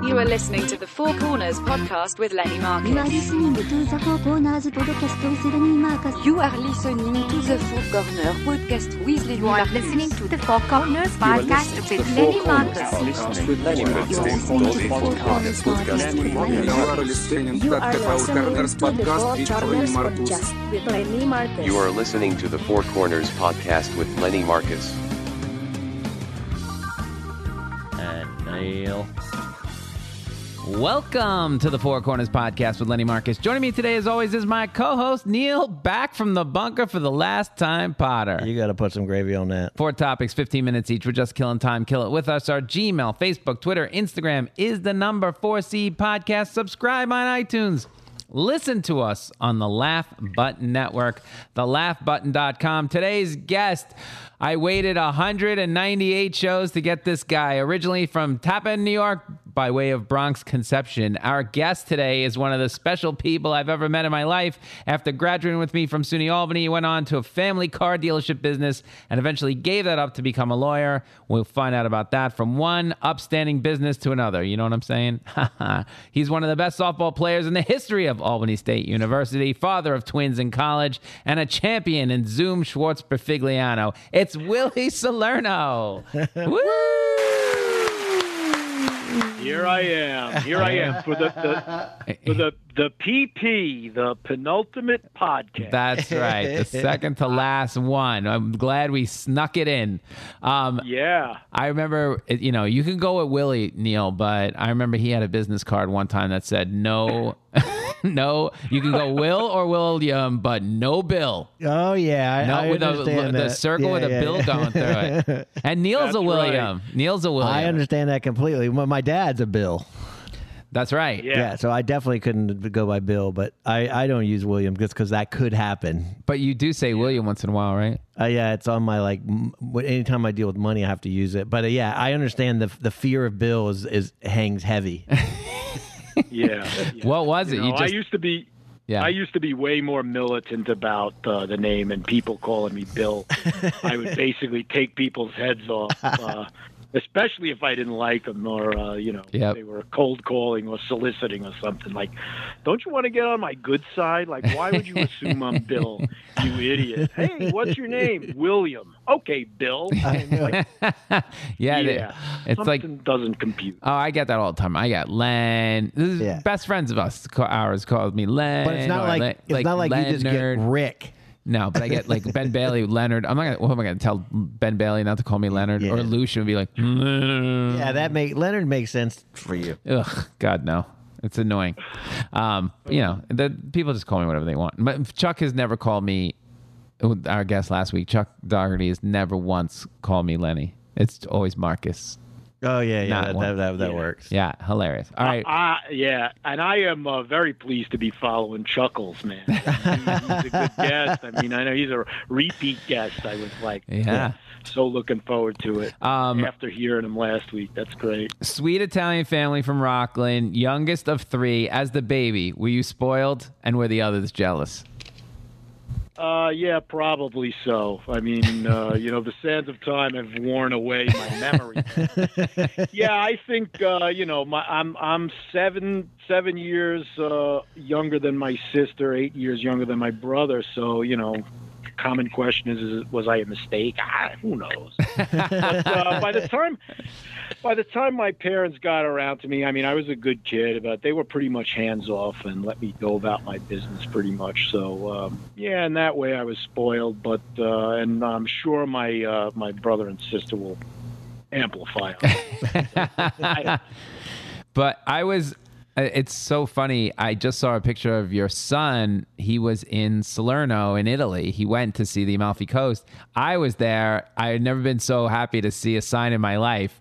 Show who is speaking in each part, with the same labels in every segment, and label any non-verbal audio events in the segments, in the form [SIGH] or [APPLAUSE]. Speaker 1: You are listening to the Four Corners podcast with Lenny
Speaker 2: You are
Speaker 1: Marcus.
Speaker 2: listening to the Four Corners podcast with Lenny Marcus.
Speaker 3: You are listening to the Four Corner podcast with Lenny
Speaker 4: You are
Speaker 3: Marcus.
Speaker 4: listening to the Four Corners podcast with Lenny Marcus.
Speaker 5: You are listening to the Four Corners podcast with Lenny Marcus.
Speaker 6: You are listening to the Four Corners podcast with Lenny Marcus.
Speaker 7: And Neil. Welcome to the Four Corners Podcast with Lenny Marcus. Joining me today, as always, is my co host, Neil, back from the bunker for the last time, Potter.
Speaker 8: You got to put some gravy on that.
Speaker 7: Four topics, 15 minutes each. We're just killing time. Kill it with us. Our Gmail, Facebook, Twitter, Instagram is the number 4C podcast. Subscribe on iTunes. Listen to us on the Laugh Button Network, thelaughbutton.com. Today's guest, I waited 198 shows to get this guy. Originally from Tappan, New York, by way of Bronx Conception. Our guest today is one of the special people I've ever met in my life. After graduating with me from SUNY Albany, he went on to a family car dealership business and eventually gave that up to become a lawyer. We'll find out about that from one upstanding business to another. You know what I'm saying? [LAUGHS] He's one of the best softball players in the history of Albany State University, father of twins in college, and a champion in Zoom Schwartz Perfigliano. It's Willie Salerno. Woo!
Speaker 9: Here I am. Here I am for the the, for the the PP, the penultimate podcast.
Speaker 7: That's right. The second to last one. I'm glad we snuck it in. Um,
Speaker 9: yeah.
Speaker 7: I remember, it- you know, you can go with Willie Neil, but I remember he had a business card one time that said no, [LAUGHS] no. You can go Will or William, but no Bill.
Speaker 8: Oh yeah, I,
Speaker 7: No,
Speaker 8: I
Speaker 7: with a,
Speaker 8: understand
Speaker 7: the
Speaker 8: that.
Speaker 7: circle
Speaker 8: Yeah,
Speaker 7: with a
Speaker 8: yeah,
Speaker 7: Bill
Speaker 8: yeah.
Speaker 7: going through it. And Neil's
Speaker 9: That's
Speaker 7: a
Speaker 9: right.
Speaker 7: William. Neil's a William.
Speaker 8: [LAUGHS] I understand that completely. My, my dad's a Bill.
Speaker 7: That's right.
Speaker 9: Yeah.
Speaker 8: Yeah. so I definitely couldn't go by Bill, but I, I don't use William just because that could happen.
Speaker 7: But you do say William once in a while, right?
Speaker 8: Uh, yeah, it's on my like. M- wh- anytime I deal with money, I have to use it. But uh, yeah, I understand the the fear of Bill is, is hangs
Speaker 7: [LAUGHS]
Speaker 8: heavy.
Speaker 9: Yeah. yeah.
Speaker 7: What was
Speaker 9: You
Speaker 7: it?
Speaker 9: know,
Speaker 7: you just
Speaker 9: I used to be
Speaker 7: yeah.
Speaker 9: I used to be way more militant about uh, the name and people calling me
Speaker 7: [LAUGHS]
Speaker 9: Bill. I would basically take people's heads off. Uh, Especially if I didn't like them, or uh, you know,
Speaker 7: Yep.
Speaker 9: they were cold calling or soliciting or something like, "Don't you want to get on my good side? Like, why would you assume I'm Bill?
Speaker 7: [LAUGHS]
Speaker 9: You idiot! Hey, what's your name? William? Okay,
Speaker 7: [LAUGHS]
Speaker 9: Bill.
Speaker 7: yeah, they-
Speaker 9: Yeah.
Speaker 7: it's like
Speaker 9: Something doesn't compute.
Speaker 7: Oh, I get that all the time. I got Len. This is
Speaker 8: Yeah.
Speaker 7: best friends of us. ca- Ours called me Len.
Speaker 8: But it's not
Speaker 7: or
Speaker 8: like
Speaker 7: Le-
Speaker 8: it's not like you just get
Speaker 7: Leonard.
Speaker 8: Rick.
Speaker 7: no, but I get like
Speaker 8: [LAUGHS]
Speaker 7: Ben Bailey, Leonard. I'm not gonna. What am I gonna tell Ben Bailey not to call me Leonard or
Speaker 8: Yeah.
Speaker 7: Lucian? and Be like, Leonard.
Speaker 8: Yeah, that make Leonard makes sense for you. [LAUGHS]
Speaker 7: Ugh, God no. It's annoying. Um, you know, the, people just call me whatever they want. But Chuck has never called me. Our guest last week, Chuck Dougherty, has never once called me Lenny. It's always Marcus.
Speaker 8: Oh yeah, yeah,
Speaker 7: Not
Speaker 8: that,
Speaker 7: one.
Speaker 8: that, that, that works.
Speaker 7: Yeah, hilarious. All right.
Speaker 9: Ah, yeah, and I am uh, very pleased to be following Chuckles, man. He's a good
Speaker 7: [LAUGHS]
Speaker 9: guest. I mean, I know he's a repeat guest. I was like,
Speaker 7: Yeah.
Speaker 9: so looking forward to it.
Speaker 7: Um,
Speaker 9: After hearing him last week, that's great.
Speaker 7: Sweet Italian family from Rockland, youngest of three. As the baby, were you spoiled and were the others jealous?
Speaker 9: Uh, yeah, probably so. I mean, uh, you know, the sands of time have worn away my memory. yeah, I think uh, you know, my I'm I'm seven seven years uh, younger than my sister, eight years younger than my brother. So you know, common question is, is was I a mistake? Ah, who knows? but uh, by the time by the time my parents got around to me, I mean, I was a good kid, but they were pretty much hands off and let me go about my business pretty much. So um, yeah, in that way, I was spoiled. But uh, and I'm sure my uh, my brother and sister will amplify. on that.
Speaker 7: But I was. uh, It's so funny. I just saw a picture of your son. He was in Salerno in Italy. He went to see the Amalfi Coast. I was there. I had never been so happy to see a sign in my life.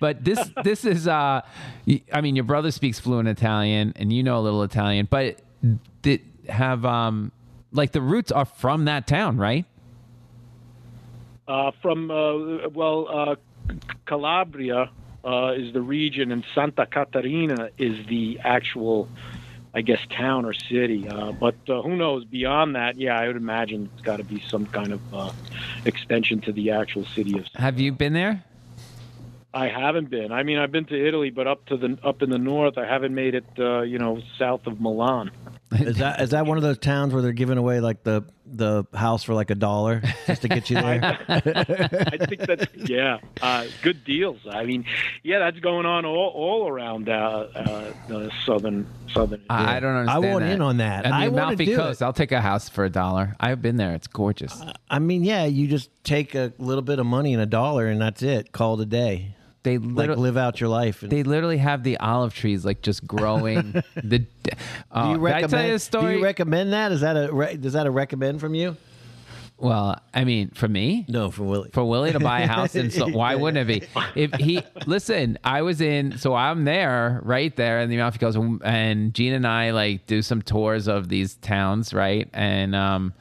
Speaker 7: But this this is uh y- I mean your brother speaks fluent Italian and you know a little Italian, but did have um like the roots are from that town, right?
Speaker 9: Uh, from uh, well, uh, C- Calabria uh, is the region, and Santa Catarina is the actual, I guess, town or city. Uh, but uh, who knows? Beyond that, yeah, I would imagine it's got to be some kind of uh, extension to the actual city of.
Speaker 7: Have you been there?
Speaker 9: I haven't been. I mean, I've been to Italy, but up to the up in the north, I haven't made it. Uh, you know, south of Milan.
Speaker 8: Is that is that one of those towns where they're giving away like the the house for like a dollar just to get you [LAUGHS] there?
Speaker 9: I think that's yeah, uh, good deals. I mean, yeah, that's going on all all around uh, uh, the southern southern. Italy.
Speaker 7: I, I don't understand.
Speaker 8: I want
Speaker 7: that.
Speaker 8: in on that.
Speaker 7: And the
Speaker 8: I wanna
Speaker 7: Amalfi
Speaker 8: do
Speaker 7: Coast.
Speaker 8: it. Uh,
Speaker 7: I'll take a house for a dollar. I've been there. It's gorgeous.
Speaker 8: I mean, yeah, you just take a little bit of money and a dollar, and that's it. Call it a day.
Speaker 7: They
Speaker 8: Like
Speaker 7: literally,
Speaker 8: live out your life. And
Speaker 7: they literally have the olive trees like just growing.
Speaker 8: [LAUGHS]
Speaker 7: the uh,
Speaker 8: do you
Speaker 7: did I
Speaker 8: recommend?
Speaker 7: tell you a story?
Speaker 8: Do you recommend that? Is that a re- is that a recommend from you?
Speaker 7: well, I mean, for me,
Speaker 8: No, from Willie.
Speaker 7: for Willie to buy a house and so why wouldn't it be? If he listen, I was in so I'm there, right there in the Amalfi Coast and Gene and I like do some tours of these towns, right? And um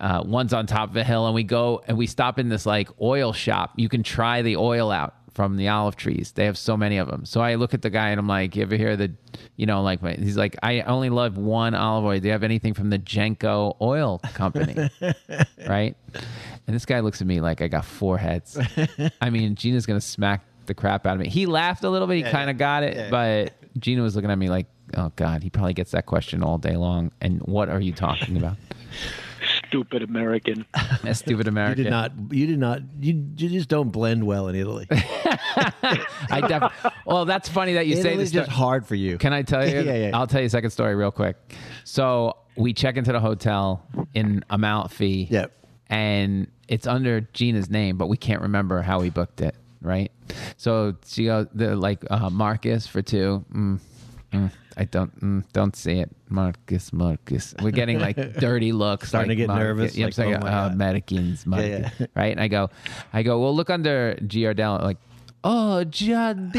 Speaker 7: uh, one's on top of a hill and we go and we stop in this like oil shop. You can try the oil out from the olive trees. They have so many of them. So I look at the guy and I'm like, you ever hear the, you know, like, my, he's like, I only love one olive oil. Do you have anything from the Jenko Oil Company?
Speaker 8: [LAUGHS]
Speaker 7: right? And this guy looks at me like I got four heads. I mean, Gina's gonna smack the crap out of me. He laughed a little bit. He kind of got it, but Gina was looking at me like, "Oh God, he probably gets that question all day long." And what are you
Speaker 8: [LAUGHS]
Speaker 7: talking about,
Speaker 9: Stupid American.
Speaker 7: that stupid
Speaker 8: You
Speaker 7: American?
Speaker 8: did not. You did not. You, you just don't blend well in
Speaker 7: [LAUGHS]
Speaker 8: Italy.
Speaker 7: I
Speaker 8: [LAUGHS]
Speaker 7: def- well, that's funny that you say
Speaker 8: Italy's
Speaker 7: this.
Speaker 8: just
Speaker 7: sto-
Speaker 8: hard for you.
Speaker 7: Can
Speaker 8: [LAUGHS]
Speaker 7: I tell you?
Speaker 8: Yeah, yeah.
Speaker 7: I'll tell you a second story real quick. So we check into the hotel in Amalfi.
Speaker 8: Yep.
Speaker 7: And it's under Gina's name, but we can't remember how we booked it, right? So she goes, they're like, uh, Marcus for two. Mm, mm, I don't mm, don't see it, Marcus. Marcus, we're getting like
Speaker 8: [LAUGHS]
Speaker 7: dirty looks.
Speaker 8: Starting
Speaker 7: like,
Speaker 8: to get
Speaker 7: Marcus.
Speaker 8: nervous,
Speaker 7: Yeah,
Speaker 8: like,
Speaker 7: I'm saying,
Speaker 8: oh my
Speaker 7: uh,
Speaker 8: God.
Speaker 7: Americans, Marcus,
Speaker 8: yeah.
Speaker 7: right? And I go, I go. Well, look under Giardello. Like, oh,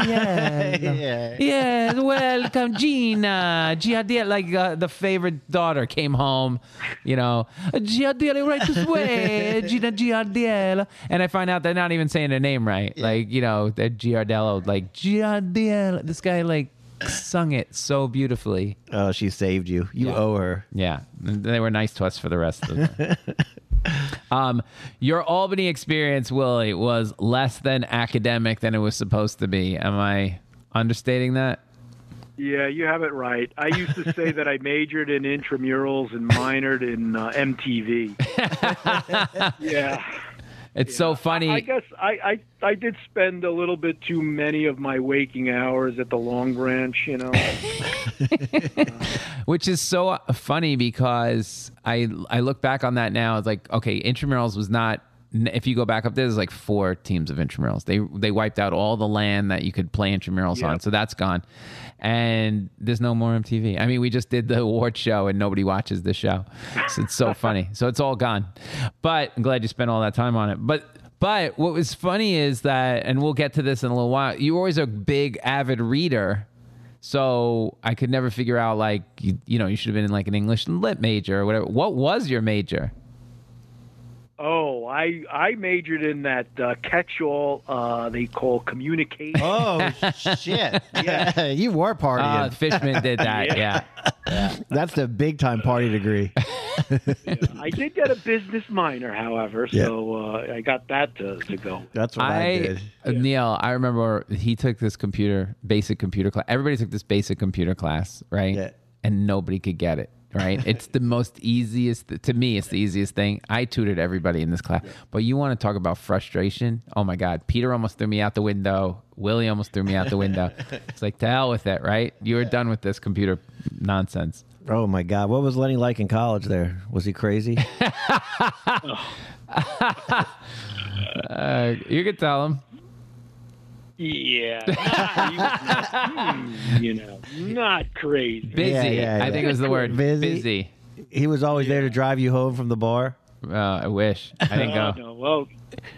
Speaker 7: Giardello.
Speaker 8: Yeah.
Speaker 7: Yes, welcome, Gina. Giardia, like uh, the favorite daughter came home, you know, Giardia, right this way, Gina Giardiello. And I find out they're not even saying her name right. Like, you know, that Giardello, like, Giardiello. This guy, like, sung it so beautifully.
Speaker 8: Oh, she saved you. You owe her.
Speaker 7: Yeah. And They were nice to us for the rest of the Um, your Albany experience, Willie, was less than academic than it was supposed to be. Am I understating that?
Speaker 9: Yeah, you have it right. I used to say that I majored in intramurals and minored in uh,
Speaker 7: [LAUGHS]
Speaker 9: MTV. yeah.
Speaker 7: It's so funny.
Speaker 9: I guess I, I I did spend a little bit too many of my waking hours at the Long Branch, you know.
Speaker 7: which is so funny because I I look back on that now. It's like okay, intramurals was not. If you go back up, there's like four teams of intramurals. They they wiped out all the land that you could play intramurals on, so that's gone, and there's no more MTV. I mean, we just did the [LAUGHS] award show, and nobody watches the show. So it's
Speaker 9: [LAUGHS]
Speaker 7: so funny. So it's all gone. But I'm glad you spent all that time on it. But but what was funny is that, and we'll get to this in a little while. You were always a big avid reader, so I could never figure out like you, you know you should have been in like an English lit major or whatever. What was your major?
Speaker 9: oh, I I majored in that uh, catch-all uh, they call communication.
Speaker 8: [LAUGHS] Oh
Speaker 7: [LAUGHS]
Speaker 8: shit! Yeah, you were partying.
Speaker 7: Uh, Fishman did that. yeah.
Speaker 8: That's the big time party degree.
Speaker 9: [LAUGHS] I did get a business minor, however, so uh, I got that to, to go.
Speaker 8: That's what I,
Speaker 7: I, uh,
Speaker 8: did.
Speaker 7: Neil, I remember he took this computer basic computer class. Everybody took this basic computer class, right?
Speaker 8: Yeah.
Speaker 7: And nobody could get it. Right, it's the most easiest to me. It's the easiest thing. I tutored everybody in this class, but you want to talk about frustration? Oh my God, Peter almost threw me out the window. Willie almost threw me out
Speaker 8: [LAUGHS]
Speaker 7: the window. it's like to hell with it, right? You are done with this computer nonsense.
Speaker 8: Oh my god, what was Lenny like in college? There was he crazy?
Speaker 7: Uh, you could tell him.
Speaker 9: Yeah, not- [LAUGHS] he was not- hmm, you know, not crazy.
Speaker 7: [LAUGHS] Busy.
Speaker 8: Yeah, yeah,
Speaker 7: I
Speaker 8: yeah.
Speaker 7: think it was the word.
Speaker 8: Busy.
Speaker 7: Busy.
Speaker 8: he was always there to drive you home from the bar.
Speaker 7: Uh, I wish. I didn't
Speaker 9: Oh,
Speaker 7: go.
Speaker 9: no. Well,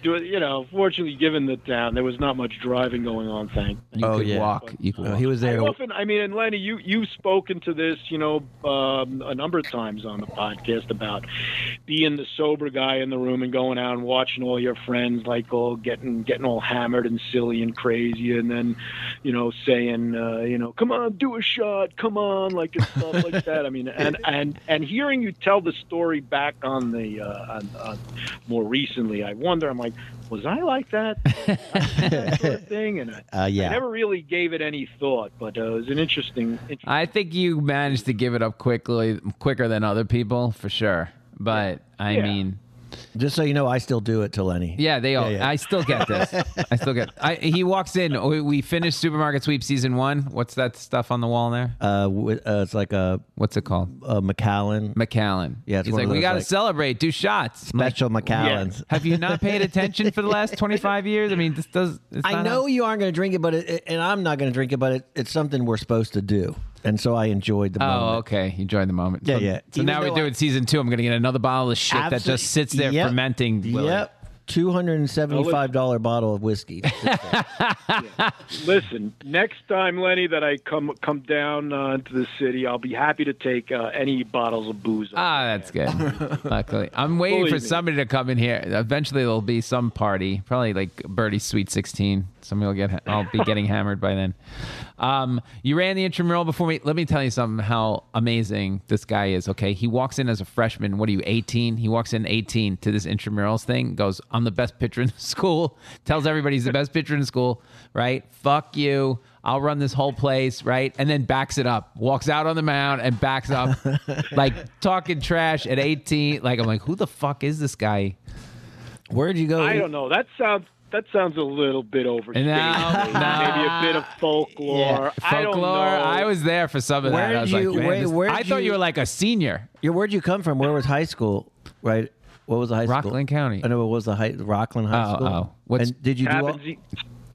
Speaker 9: do it, you know, fortunately, given the town, there was not much driving going on. Thank.
Speaker 7: You
Speaker 8: Oh,
Speaker 7: could
Speaker 8: yeah.
Speaker 7: walk. You could
Speaker 8: Uh,
Speaker 7: walk.
Speaker 8: he was
Speaker 9: I
Speaker 8: there.
Speaker 9: often, I mean, and Lenny, you you've spoken to this, you know, um, a number of times on the podcast about being the sober guy in the room and going out and watching all your friends like all getting getting all hammered and silly and crazy, and then, you know, saying, uh, you know, come on, do a shot,
Speaker 8: [LAUGHS]
Speaker 9: come on, like and stuff like that. I mean, and and and hearing you tell the story back on the uh, uh, on, on more recently. I wonder. I'm like, was I
Speaker 8: [LAUGHS]
Speaker 9: like that, that sort of thing? And I,
Speaker 8: Uh,
Speaker 9: I
Speaker 8: yeah.
Speaker 9: never really gave it any thought, but uh, it was an interesting. interesting
Speaker 7: I think you managed to give it up quickly, quicker than other people for sure. But I
Speaker 9: Yeah.
Speaker 7: mean,
Speaker 8: Just so you know, I still do it to Lenny.
Speaker 7: yeah, they all.
Speaker 8: Yeah, yeah.
Speaker 7: I still
Speaker 8: [LAUGHS]
Speaker 7: get this. I still get. I, he walks in. We, we finished Supermarket Sweep season one. What's that stuff on the wall there?
Speaker 8: Uh, wi- uh, it's like a,
Speaker 7: What's it called?
Speaker 8: a McAllen
Speaker 7: McAllen.
Speaker 8: Uh, Yeah, it's
Speaker 7: he's
Speaker 8: one
Speaker 7: like,
Speaker 8: of
Speaker 7: we
Speaker 8: those,
Speaker 7: got to
Speaker 8: like-
Speaker 7: celebrate.
Speaker 8: [LAUGHS]
Speaker 7: Do shots. I'm like,
Speaker 8: special McAllens.
Speaker 7: Have you not paid
Speaker 8: [LAUGHS]
Speaker 7: attention for the last 25 years? I mean, this does. It's
Speaker 8: I
Speaker 7: not
Speaker 8: know
Speaker 7: on-
Speaker 8: you aren't going to drink it, but it, it- and I'm not going to drink it, but it, it's something we're supposed to do, and so I enjoyed the
Speaker 7: Oh,
Speaker 8: moment.
Speaker 7: okay. You enjoyed the moment.
Speaker 8: Yeah,
Speaker 7: so,
Speaker 8: yeah.
Speaker 7: So
Speaker 8: Even
Speaker 7: now we're
Speaker 8: though
Speaker 7: doing
Speaker 8: I-
Speaker 7: season two. I'm going to get another bottle of shit that
Speaker 8: Absolute-
Speaker 7: just sits there
Speaker 8: Yep.
Speaker 7: fermenting. Willie.
Speaker 8: Yep, two hundred and seventy-five dollar bottle of
Speaker 7: [LAUGHS]
Speaker 8: whiskey.
Speaker 9: Listen, next time, Lenny, that I come come down uh, to the city, I'll be happy to take uh, any bottles of booze.
Speaker 7: Ah, that's good. Luckily, I'm waiting
Speaker 9: Believe
Speaker 7: for
Speaker 9: me.
Speaker 7: somebody to come in here. Eventually, there'll be some party, probably like Birdie's Sweet 16. Somebody will get. I'll be getting hammered by then. Um, you ran the intramural before me. Let me tell you something. How amazing this guy is. Okay, he walks in as a freshman. What are you, 18? He walks in 18 to this intramurals thing. Goes, I'm the best pitcher in the [LAUGHS] school. Tells everybody he's the best pitcher in school. Right? Fuck you. I'll run this whole place, right? And then backs it up, walks out on the mound and backs up,
Speaker 8: [LAUGHS]
Speaker 7: like talking trash at 18. Like, I'm like, who the fuck is this guy?
Speaker 8: Where'd you go?
Speaker 9: I don't know. That sounds that sounds a little bit overstated.
Speaker 7: No, no.
Speaker 9: Maybe a bit of folklore. I don't know.
Speaker 7: Folklore. I, was there for some of that.
Speaker 8: Where'd
Speaker 7: I was
Speaker 8: you-
Speaker 7: like, man,
Speaker 8: wait,
Speaker 7: this-
Speaker 8: where'd
Speaker 7: I thought you
Speaker 8: you-
Speaker 7: were like a senior.
Speaker 8: Yeah, where'd you come from? Where was high school? Right. What was the high school?
Speaker 7: Rockland County.
Speaker 8: I know what was the high Rockland High
Speaker 7: Oh,
Speaker 8: School.
Speaker 7: oh. What's-
Speaker 8: and did you do all,
Speaker 9: Tappan Zee-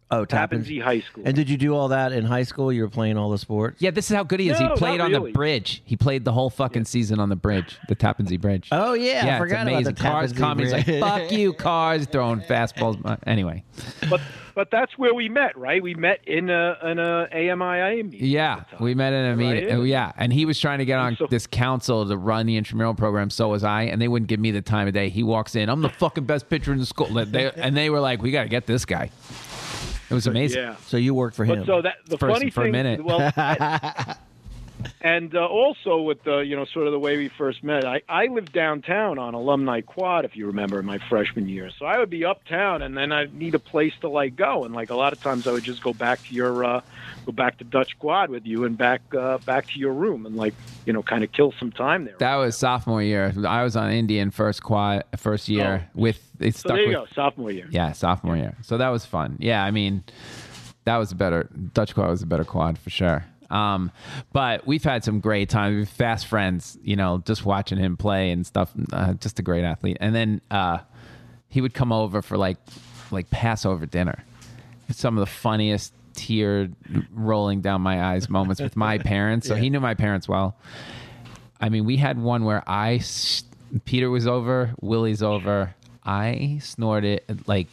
Speaker 8: oh
Speaker 9: Tappan
Speaker 8: Tappan
Speaker 9: Zee High School.
Speaker 8: And did you do all that in high school? You were playing all the sports.
Speaker 7: Yeah, this is how good he is.
Speaker 9: No,
Speaker 7: he played
Speaker 9: not
Speaker 7: on
Speaker 9: really.
Speaker 7: the bridge. He played the whole fucking season on the bridge, the Tappan Zee Bridge.
Speaker 8: Oh yeah,
Speaker 7: yeah,
Speaker 8: I forgot
Speaker 7: it's amazing.
Speaker 8: about the Tappan
Speaker 7: cars
Speaker 8: Zee
Speaker 7: coming. He's like,
Speaker 8: Bridge.
Speaker 7: fuck you, cars throwing fastballs. Anyway,
Speaker 9: but but that's where we met, right? We met in a in a AMIA meeting.
Speaker 7: Yeah, we met in a meeting.
Speaker 9: yeah.
Speaker 7: Oh, Yeah, and he was trying to get on
Speaker 9: So-
Speaker 7: this council to run the intramural program. So was I, and they wouldn't give me the time of day. He walks in, I'm the fucking best pitcher in the school, Like, they- and they were like, "We got to get this guy." It was amazing.
Speaker 9: Yeah.
Speaker 8: [LAUGHS] So you worked for him.
Speaker 9: But so that the
Speaker 7: First
Speaker 9: funny
Speaker 7: for a
Speaker 9: thing,
Speaker 7: minute.
Speaker 9: well,
Speaker 7: [LAUGHS]
Speaker 9: I- and uh, also with the you know sort of the way we first met, I I lived downtown on Alumni Quad, if you remember, in my freshman year. So I would be uptown, and then I'd need a place to like go, and like a lot of times I would just go back to your uh, go back to Dutch Quad with you, and back uh, back to your room, and like you know kind of kill some time there.
Speaker 7: That was sophomore year. I was on Indian first quad first year with it
Speaker 9: Oh. so
Speaker 7: stuck
Speaker 9: there you
Speaker 7: with
Speaker 9: go, sophomore year.
Speaker 7: yeah sophomore year. So that was fun. Yeah, I mean, that was a better Dutch quad was a better quad for sure. Um, but we've had some great times. We've fast friends, you know, just watching him play and stuff. Uh, just a great athlete. And then uh, he would come over for like like Passover dinner. Some of the funniest tear rolling down my eyes moments with my parents. So he knew my parents well. I mean, we had one where I, s- Peter was over, Willie's over. I snorted like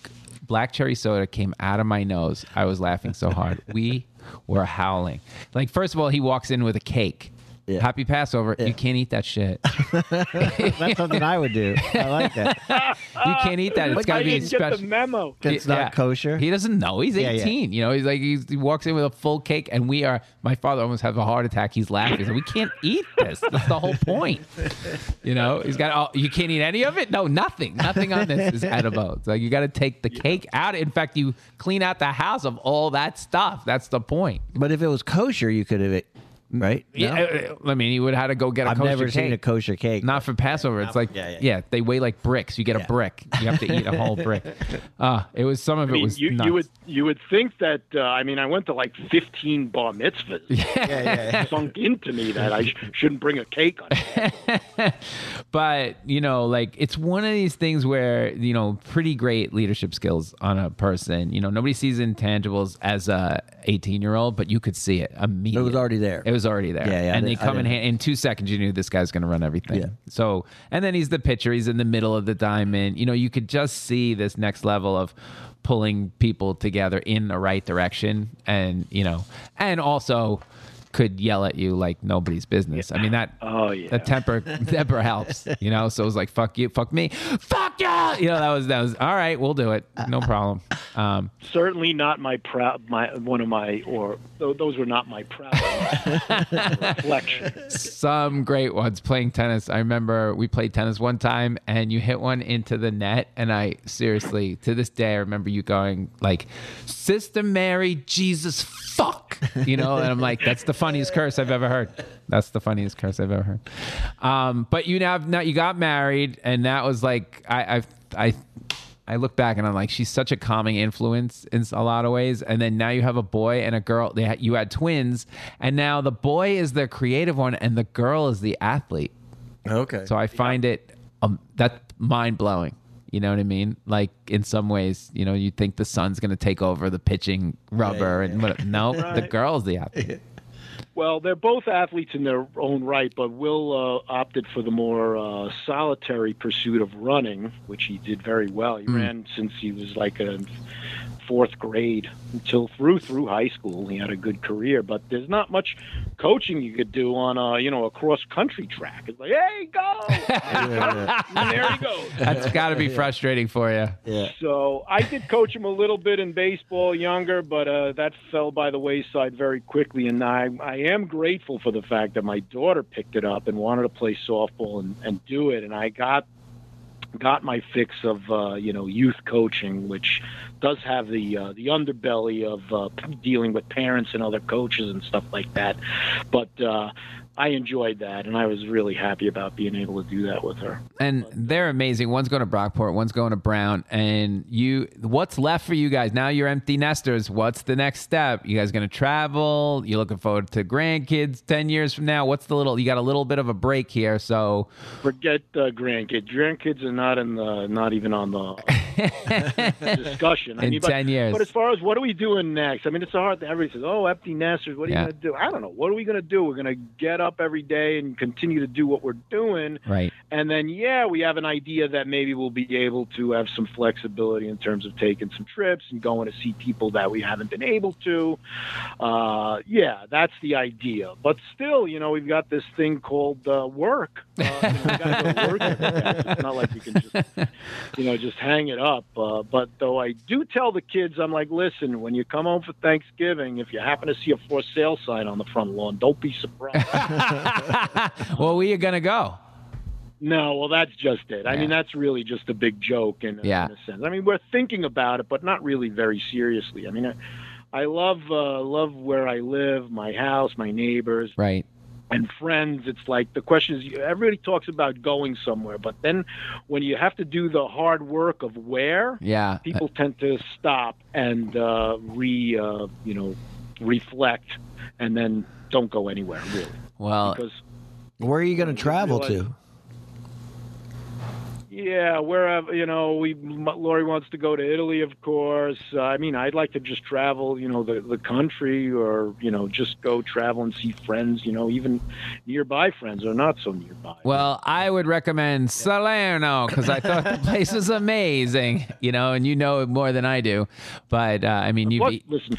Speaker 7: black cherry soda came out of my nose. I was laughing
Speaker 8: [LAUGHS]
Speaker 7: so hard. we were howling. Like, first of all, he walks in with a cake.
Speaker 8: Yeah.
Speaker 7: Happy Passover. You can't eat that shit.
Speaker 8: [LAUGHS] That's something I would do. I like
Speaker 7: [LAUGHS]
Speaker 8: that.
Speaker 7: You can't eat that. It's got
Speaker 9: I
Speaker 7: to be
Speaker 9: didn't get the
Speaker 7: special.
Speaker 9: memo.
Speaker 8: That's
Speaker 7: Yeah.
Speaker 8: not kosher.
Speaker 7: He doesn't know. He's
Speaker 8: Yeah, yeah.
Speaker 7: 18. You know, he's like, he's, he walks in with a full cake, and we are, my father almost has a heart attack. He's laughing. He's like, we can't eat this. That's the whole point. You know, he's got, oh, you can't eat any of it? No, nothing. Nothing on this is edible. It's like, you got to take the cake out. In fact, you clean out the house of all that stuff. That's the point.
Speaker 8: But if it was kosher, you could have it, right? No?
Speaker 7: Yeah.
Speaker 9: uh,
Speaker 7: I mean, you would have had to go get a
Speaker 8: I've
Speaker 7: kosher
Speaker 8: never seen
Speaker 7: cake.
Speaker 8: a kosher cake.
Speaker 7: [LAUGHS] Not for Passover. It's like,
Speaker 8: yeah,
Speaker 7: yeah,
Speaker 8: yeah.
Speaker 7: they weigh like bricks. You get a brick. You have to eat a
Speaker 8: [LAUGHS]
Speaker 7: whole brick. Uh, it was some of
Speaker 9: I
Speaker 7: it
Speaker 9: mean,
Speaker 7: was
Speaker 9: you,
Speaker 7: nuts.
Speaker 9: you would you would think that uh, I mean I went to like 15
Speaker 7: [LAUGHS]
Speaker 9: bar mitzvahs. sunk into me that I sh- shouldn't bring a cake on. it.
Speaker 7: but you know like it's one of these things where you know pretty great leadership skills on a person you know nobody sees intangibles as a 18 year old but you could see it immediately
Speaker 8: already there.
Speaker 7: it was already there
Speaker 8: Yeah, yeah, I
Speaker 7: and they
Speaker 8: didn't- I
Speaker 7: come in
Speaker 8: didn't-
Speaker 7: hand in two seconds you knew this guy's going to run everything
Speaker 8: Yeah.
Speaker 7: so and then he's the pitcher he's in the middle of the diamond you know you could just see this next level of pulling people together in the right direction and you know and also could yell at you like nobody's business. I mean that
Speaker 9: Oh, yeah.
Speaker 7: the
Speaker 9: [LAUGHS]
Speaker 7: temper [LAUGHS] temper helps, you know. So it was like fuck you, fuck me, fuck you. You know that was that was all right. We'll do it, no problem. Um,
Speaker 9: Certainly not my proud, my one of my or tho- those were not my proud reflections.
Speaker 7: some great ones playing tennis. I remember we played tennis one time and you hit one into the net. And I seriously, to this day, I remember you going like, Sister Mary, Jesus, fuck. You know, and I'm like, that's the funniest curse I've ever heard. That's the funniest curse I've ever heard. Um, but you now, now you got married and that was like, I, I, I, I look back and I'm like, she's such a calming influence in a lot of ways. And then now you have a boy and a girl. They ha- you had twins, and now the boy is the creative one, and the girl is the athlete.
Speaker 8: Okay.
Speaker 7: So I find it um, that mind blowing. You know what I mean? Like in some ways, you know, you think the son's going to take over the pitching rubber, and what, no, the girl's the athlete.
Speaker 9: Well, they're both athletes in their own right, but Will uh, opted for the more uh, solitary pursuit of running, which he did very well. He ran since he was like a fourth grade until through through high school. He had a good career, but there's not much coaching you could do on a you know a cross country track. It's like, hey, go! and there he goes.
Speaker 7: That's got to be frustrating for you.
Speaker 9: So I did coach him a little bit in baseball younger, but uh, that fell by the wayside very quickly. And I, I am grateful for the fact that my daughter picked it up and wanted to play softball and, and do it. And I got got my fix of uh, you know youth coaching, which does have the uh, the underbelly of uh, p- dealing with parents and other coaches and stuff like that. But uh, I enjoyed that, and I was really happy about being able to do that with her.
Speaker 7: and they're amazing. One's going to Brockport, one's going to Brown, and you. What's left for you guys now? You're empty nesters. What's the next step? You guys going to travel? You looking forward to grandkids ten years from now? What's the little? You got a little bit of a break here, so
Speaker 9: [LAUGHS] Forget uh, grandkids. Grandkids are not in the, not even on the discussion.
Speaker 7: In 10
Speaker 9: but,
Speaker 7: years.
Speaker 9: But as far as what are we doing next? I mean, it's so hard. Everybody says, "Oh, empty nesters. What are
Speaker 7: Yeah.
Speaker 9: you going to do?" I don't know. What are we going to do? We're going to get up every day and continue to do what we're doing. [LAUGHS]
Speaker 7: right.
Speaker 9: And then, yeah, we have an idea that maybe we'll be able to have some flexibility in terms of taking some trips and going to see people that we haven't been able to. Uh, yeah, that's the idea. But still, you know, we've got this thing called uh, work. Uh, you know, we gotta go to work every day. It's not like you can just, you know, just hang it up. Uh, but though I do tell the kids, I'm like, listen, when you come home for Thanksgiving, if you happen to see a for sale sign on the front lawn, don't be surprised.
Speaker 7: Well, where you going to go?
Speaker 9: No, well, that's just it. I
Speaker 7: Yeah.
Speaker 9: mean, that's really just a big joke in,
Speaker 7: Yeah.
Speaker 9: in a sense. I mean, we're thinking about it, but not really very seriously. I mean, I, I love uh, love where I live, my house, my neighbors,
Speaker 7: Right.
Speaker 9: and friends. It's like the question is, everybody talks about going somewhere, but then when you have to do the hard work of where,
Speaker 7: Yeah.
Speaker 9: people tend to stop and uh, re uh, you know reflect, and then don't go anywhere really
Speaker 7: Uh, Well,
Speaker 9: because
Speaker 10: Where are you going to travel to?
Speaker 9: Yeah, wherever you know, we M- Lori wants to go to Italy, of course. Uh, I mean, I'd like to just travel, you know, the the country, or you know, just go travel and see friends, you know, even nearby friends or not so nearby.
Speaker 7: Well, I would recommend Salerno because I thought the place
Speaker 9: [LAUGHS]
Speaker 7: was amazing, you know, and you know it more than I do. But uh, I mean, you've
Speaker 9: Plus,
Speaker 7: eat-
Speaker 9: listen,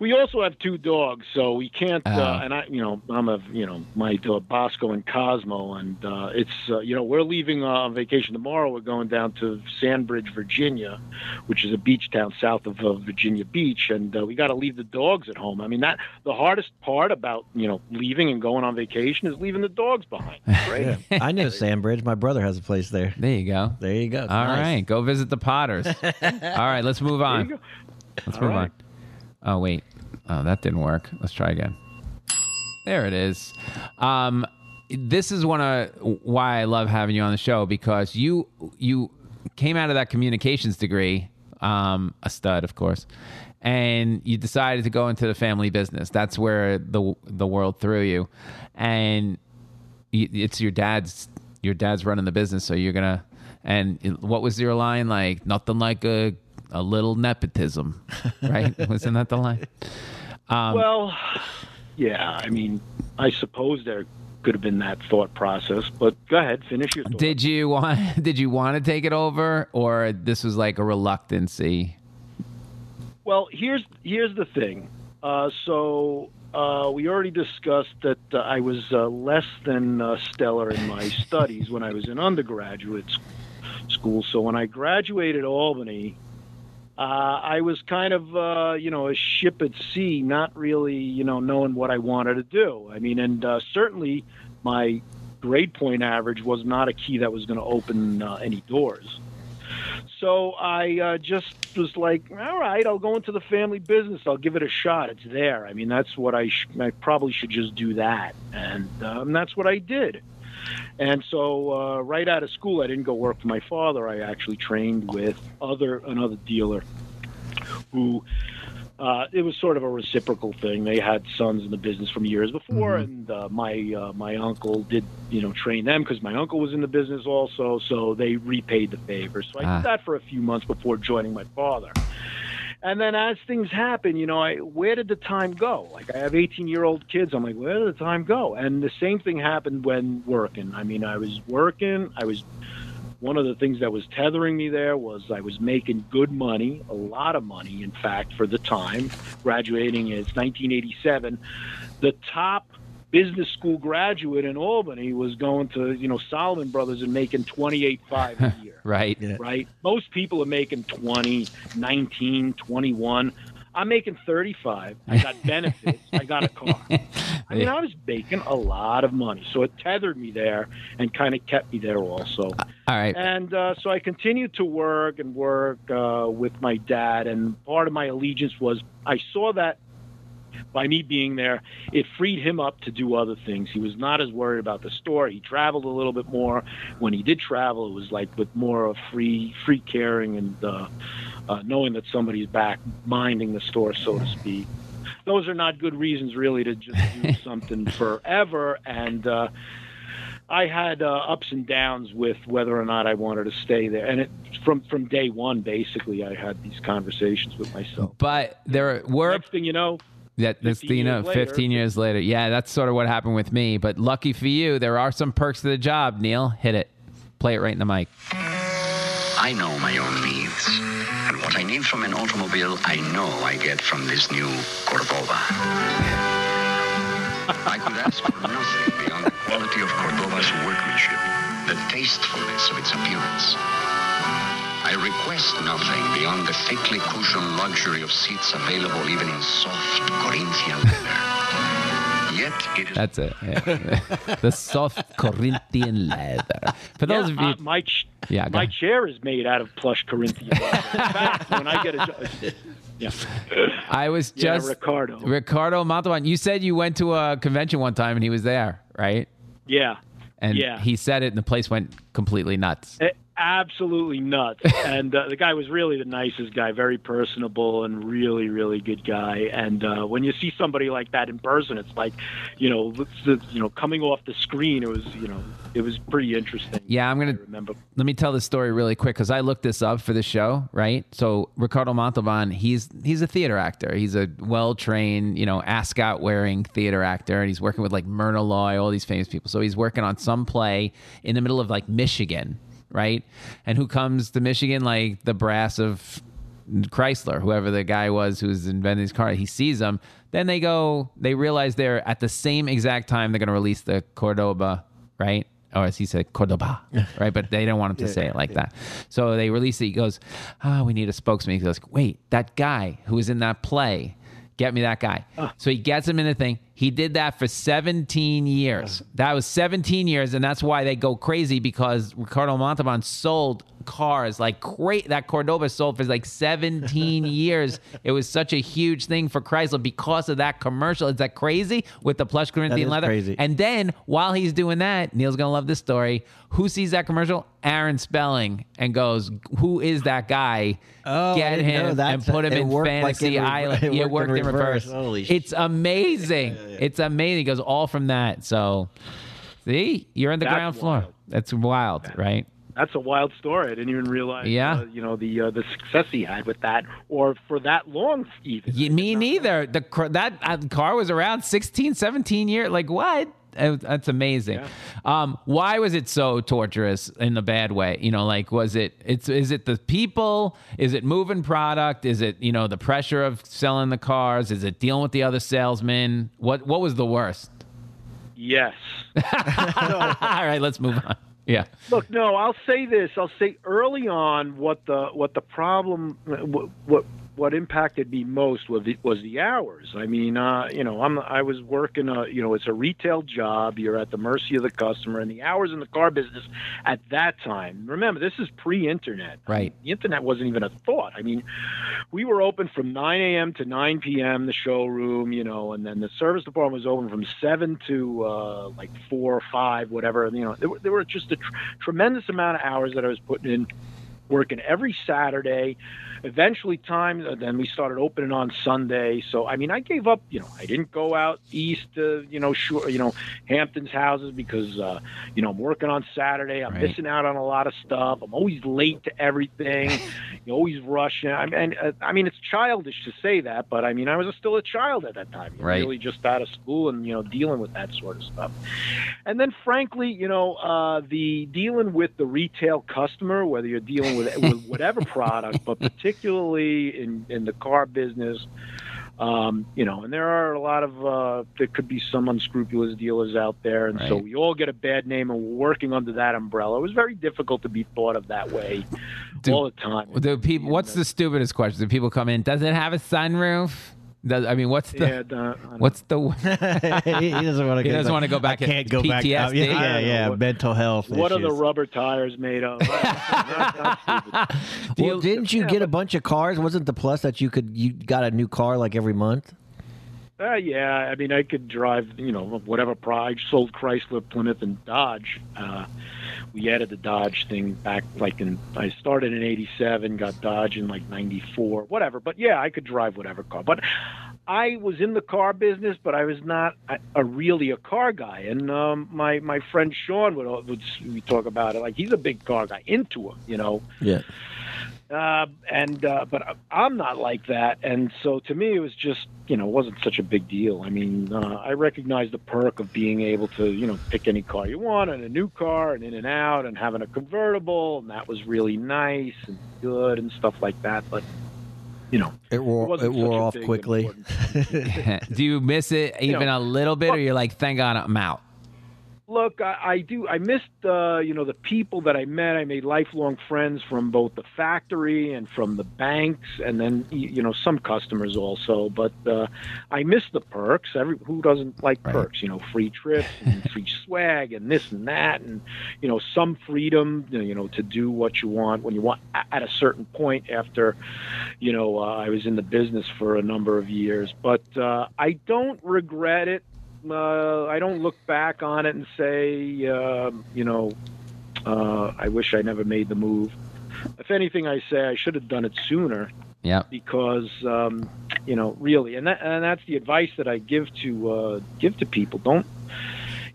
Speaker 9: we also have two dogs, so we can't. Uh,
Speaker 7: Oh.
Speaker 9: and I, you know, I'm a, you know, my dog Bosco and Cosmo, and uh, it's, uh, you know, we're leaving uh, on vacation tomorrow. We're going down to Sandbridge, Virginia, which is a beach town south of uh, Virginia Beach, and uh, we got to leave the dogs at home. I mean, that the hardest part about you know leaving and going on vacation is leaving the dogs
Speaker 7: [LAUGHS]
Speaker 9: behind. Right?
Speaker 8: I know Sandbridge. My brother has a place there.
Speaker 7: there you go.
Speaker 8: There you go. All
Speaker 7: All right, go visit the
Speaker 9: [LAUGHS]
Speaker 7: Potters. All right, let's move on.
Speaker 9: go.
Speaker 7: Let's
Speaker 9: All
Speaker 7: move
Speaker 9: right.
Speaker 7: on. Oh wait, oh that didn't work. Let's try again. There it is. Um, this is one of why I love having you on the show because you you came out of that communications degree, um, a stud, of course, and you decided to go into the family business. That's where the the world threw you, and y- it's your dad's your dad's running the business so you're gonna and it- what was your line like nothing like a a little nepotism
Speaker 9: [LAUGHS]
Speaker 7: right wasn't that the line
Speaker 9: Well, yeah, I mean, I suppose there could have been that thought process, but go ahead, finish your. Thought.
Speaker 7: did you want [LAUGHS] did you want to take it over or this was like a reluctancy
Speaker 9: Well, here's here's the thing. Uh, so uh, we already discussed that uh, I was uh, less than uh, stellar in my studies when I was in undergraduate s- school. So when I graduated Albany, uh, I was kind of, uh, you know, a ship at sea, not really, you know, knowing what I wanted to do. I mean, and uh, certainly my grade point average was not a key that was going to open uh, any doors. So I uh, just was like, all right, I'll go into the family business. I'll give it a shot. It's there. I mean, that's what I, sh- I probably should just do that. And um, that's what I did. And so, uh, right out of school, I didn't go work for my father. I actually trained with other another dealer, who uh, it was sort of a reciprocal thing. They had sons in the business from years before, and uh, my uh, my uncle did you know train them because my uncle was in the business also. So they repaid the favor. So I
Speaker 7: Ah.
Speaker 9: did that for a few months before joining my father. And then as things happen, you know, I where did the time go? Like I have 18 year old kids. I'm like, where did the time go? And the same thing happened when working. I mean, I was working. I was one of the things that was tethering me there was I was making good money, a lot of money, in fact, for the time. Graduating is 1987. The top business school graduate in Albany was going to, you know, Solomon Brothers and making 28.5 a year
Speaker 7: Right.
Speaker 10: Yeah.
Speaker 9: right? Most people are making 20, 19, 21. I'm making 35. I got benefits. I got a car. I mean, I was making a lot of money. So it tethered me there and kind of kept me there also.
Speaker 7: All right.
Speaker 9: And uh, so I continued to work and work uh, with my dad. And part of my allegiance was I saw that by me being there, it freed him up to do other things. He was not as worried about the store. He traveled a little bit more. When he did travel, it was like with more of free, free caring and uh, uh, knowing that somebody's back minding the store, so to speak. Those are not good reasons, really, to just do something forever. And uh, I had uh, ups and downs with whether or not I wanted to stay there, and it from from day one, basically, I had these conversations with myself.
Speaker 7: But there were
Speaker 9: Next thing you know,
Speaker 7: that this
Speaker 9: 15
Speaker 7: you know
Speaker 9: years later.
Speaker 7: 15 years later. Yeah, that's sort of what happened with me, but lucky for you, there are some perks to the job, Neil. Hit it. Play it right in the mic.
Speaker 11: I know my own needs. And what I need from an automobile, I know I get from this new Cordova. I could ask for nothing beyond the quality of Cordova's workmanship, the tastefulness of its appearance. I request nothing beyond the thickly cushioned luxury of seats available even in soft Corinthian leather. Yet it is
Speaker 7: That's it. Yeah. [LAUGHS] the soft Corinthian leather. For those
Speaker 9: Yeah, uh,
Speaker 7: of you
Speaker 9: my ch-
Speaker 7: Yeah, go
Speaker 9: my
Speaker 7: ahead.
Speaker 9: chair is made out of plush
Speaker 7: [LAUGHS]
Speaker 9: Corinthian. leather. In fact, when I get a jo- yeah,
Speaker 7: I was
Speaker 9: yeah,
Speaker 7: just
Speaker 9: Ricardo.
Speaker 7: Ricardo Montalban. You said you went to a convention one time and he was there, right?
Speaker 9: yeah,
Speaker 7: And
Speaker 9: Yeah.
Speaker 7: he said it and the place went completely nuts.
Speaker 9: A- Eh,
Speaker 7: [LAUGHS]
Speaker 9: absolutely nuts. and uh, the guy was really the nicest guy, very personable, and really, really good guy. And uh, when you see somebody like that in person, it's like, you know, it's, it's, you know, coming off the screen, it was, you know, it was pretty interesting.
Speaker 7: Yeah, I'm
Speaker 9: I
Speaker 7: going to
Speaker 9: remember.
Speaker 7: let me tell this story really quick because I looked this up for the show, right? So Ricardo Montalban, he's he's a theater actor. He's a well trained, you know, ascot wearing theater actor, and he's working with like Myrna Loy, all these famous people. So he's working on some play in the middle of like Michigan, right? And who comes to Michigan? Like the brass of Chrysler, whoever the guy was who's inventing this car, he sees them. Then they go, they realize they're at the same exact time they're going to release the Cordoba, right? Or as he said, Cordoba, right? But they don't want him to say it like that. So they release it. He goes, ah, we need a spokesman. He goes, wait, that guy who was in that play, get me that guy. So he gets him in the thing. He did that for 17 years. That was 17 years, and that's why they go crazy because Ricardo Montalban sold cars like great. That Cordoba sold for
Speaker 8: [LAUGHS]
Speaker 7: like 17 years. It was such a huge thing for Chrysler because of that commercial. Is that crazy with the plush Corinthian
Speaker 8: is
Speaker 7: leather?
Speaker 8: crazy.
Speaker 7: And then while he's doing that, Neil's gonna love this story. Who sees that commercial? Aaron Spelling and goes, "Who is that guy?
Speaker 8: Uh,
Speaker 10: Oh, I
Speaker 7: Get
Speaker 10: didn't know
Speaker 7: him
Speaker 10: that.
Speaker 7: and put him
Speaker 10: It
Speaker 7: in
Speaker 10: worked like
Speaker 7: Fantasy
Speaker 10: in re- [LAUGHS]
Speaker 7: Island."
Speaker 10: it
Speaker 7: Yeah, It
Speaker 10: worked
Speaker 7: worked
Speaker 10: in
Speaker 7: in reverse.
Speaker 10: reverse. Holy
Speaker 7: It's amazing. It's amazing. It goes all from that. So, see, you're on the
Speaker 9: That's
Speaker 7: ground floor.
Speaker 9: wild.
Speaker 7: That's wild, right?
Speaker 9: That's a wild story. I didn't even realize,
Speaker 7: Yeah.
Speaker 9: uh, you know, the uh, the success he had with that, or for that long even.
Speaker 7: Ye- me neither. The cr- that uh, car was around 16, 17 years. Like what? it- that's amazing. Um, why was it so torturous in the bad way? You know, like was it? It's is it the people? Is it moving product? Is it you know the pressure of selling the cars? Is it dealing with the other salesmen? What what was the worst? [LAUGHS]
Speaker 9: Yes.
Speaker 7: All right, let's move on. [LAUGHS] Yeah.
Speaker 9: Look, no, I'll say this. I'll say early on what the what the problem what what, what impacted me most was the, was the hours. I mean, uh, you know, I'm I was working a you know it's a retail job. You're at the mercy of the customer, and the hours in the car business at that time. Remember, this is pre-internet.
Speaker 7: Right.
Speaker 9: The internet wasn't even a thought. I mean, we were open from 9 a.m. to 9 p.m. the showroom, you know, and then the service department was open from seven to uh, like four or five, whatever. And, you know, there were, there were just a tr- tremendous amount of hours that I was putting in, working every Saturday. Eventually, time. uh, Then we started opening on Sunday. So I mean, I gave up. You know, I didn't go out east to you know, sure, you know, Hampton's houses because uh, you know I'm working on Saturday. I'm
Speaker 7: Right.
Speaker 9: missing out on a lot of stuff. I'm always late to everything. you always rush. I mean, and, uh, I mean, it's childish to say that, but I mean, I was still a child at that time.
Speaker 7: Right.
Speaker 9: Really, just out of school and you know, dealing with that sort of stuff. And then, frankly, you know, uh, the dealing with the retail customer, whether you're dealing with,
Speaker 7: [LAUGHS]
Speaker 9: with whatever product, but particularly in in the car business. Um, you know, and there are a lot of uh, there could be some unscrupulous dealers out there, and so
Speaker 7: Right.
Speaker 9: we all get a bad name. And we're working under that umbrella. It was very difficult to be thought of that way
Speaker 7: Do-
Speaker 9: all the time.
Speaker 7: Do people? What's the stupidest question? Do people come in? Does it have a sunroof? Does, I mean, what's the
Speaker 9: Yeah, the- I don't-
Speaker 7: what's the
Speaker 10: [LAUGHS]
Speaker 8: he doesn't want to.
Speaker 7: He doesn't wanna go back.
Speaker 8: I can't
Speaker 7: It's
Speaker 8: go back.
Speaker 7: PTSD.
Speaker 8: out. Yeah, yeah, yeah. Mental health.
Speaker 9: What are
Speaker 8: issues.
Speaker 9: the rubber tires
Speaker 7: [LAUGHS]
Speaker 9: made of?
Speaker 7: Do
Speaker 10: Well,
Speaker 7: you-
Speaker 10: didn't you get a bunch of cars? Wasn't the plus that you could you got a new car like every month?
Speaker 9: Uh, yeah, I mean, I could drive, you know, whatever. Pro- I sold Chrysler, Plymouth, and Dodge. Uh, we added the Dodge thing back, like in I started in '87, got Dodge in like '94, whatever. But yeah, I could drive whatever car. But I was in the car business, but I was not a, a really a car guy. And um, my my friend Sean would, would we talk about it like he's a big car guy, into him, you know.
Speaker 10: Yeah.
Speaker 9: Uh, and uh, but I- I'm not like that, and so to me it was just you know it wasn't such a big deal. I mean, uh, I recognize the perk of being able to you know pick any car you want and a new car and in and out and having a convertible, and that was really nice and good and stuff like that. But you know,
Speaker 10: It
Speaker 9: it
Speaker 10: wore it,
Speaker 9: wasn't such
Speaker 10: wore
Speaker 9: a
Speaker 10: off
Speaker 9: big
Speaker 10: quickly.
Speaker 9: important
Speaker 7: [LAUGHS] do you miss it even
Speaker 9: know,
Speaker 7: a little bit, or you're like, thank God I'm out?
Speaker 9: look, I, I do. I missed, uh, you know, the people that I met. I made lifelong friends from both the factory and from the banks, and then y- you know some customers also. But uh, I miss the perks. Every who doesn't like perks? You know, free trips and free swag and this and that, and you know some freedom. You know, to do what you want when you want a- at a certain point after you know, uh, I was in the business for a number of years, but uh, I don't regret it. Uh, I don't look back on it and say, uh, you know, uh, I wish I never made the move. If anything, I say I should have done it sooner
Speaker 7: Yeah.
Speaker 9: because, um, you know, really, and that, and that's the advice that I give to uh, give to people. Don't,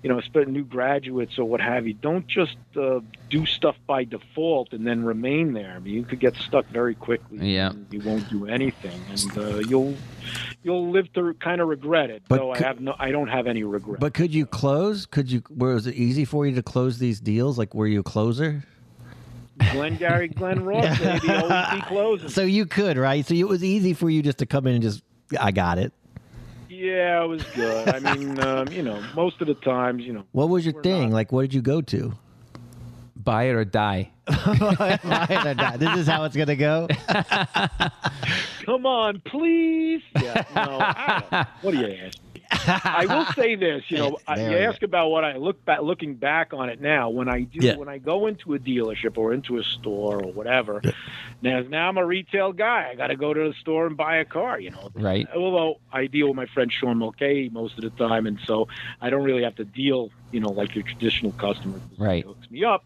Speaker 9: you know, especially new graduates or what have you. Don't just uh, do stuff by default and then remain there. I mean, you could get stuck very quickly.
Speaker 7: Yeah.
Speaker 9: and you won't do anything, and uh, you'll you'll live to kind of regret it.
Speaker 10: But
Speaker 9: Though
Speaker 10: cou-
Speaker 9: I have no, I don't have any
Speaker 10: [LAUGHS]
Speaker 9: regret.
Speaker 10: But could you close? Could you? Where was it easy for you to close these deals? Like, were you a closer?
Speaker 9: Glenn Gary,
Speaker 10: [LAUGHS]
Speaker 9: Glenn Ross, baby, always be closing.
Speaker 10: So you could, right? So it was easy for you just to come in and just, I got it.
Speaker 9: Yeah, it was good. I mean, um, you know, most of the times, you know,
Speaker 10: What was your thing? Like, what did you go [LAUGHS] to?
Speaker 7: Buy it or die.
Speaker 10: this is how it's gonna go.
Speaker 9: come on, please. Yeah, no, I don't know. what do you ask? me? I will say this,
Speaker 7: [LAUGHS]
Speaker 9: you know, I,
Speaker 10: There
Speaker 9: you
Speaker 10: we go.
Speaker 9: ask about what I look back, looking back on it now. When I do,
Speaker 10: Yeah.
Speaker 9: when I go into a dealership or into a store or whatever, now now I'm a retail guy. I got to go to the store and buy a car, you know.
Speaker 7: Right.
Speaker 9: Although I deal with my friend Sean Mulcahy most of the time, and so I don't really have to deal, you know, like your traditional customer who
Speaker 7: Right.
Speaker 9: hooks me up.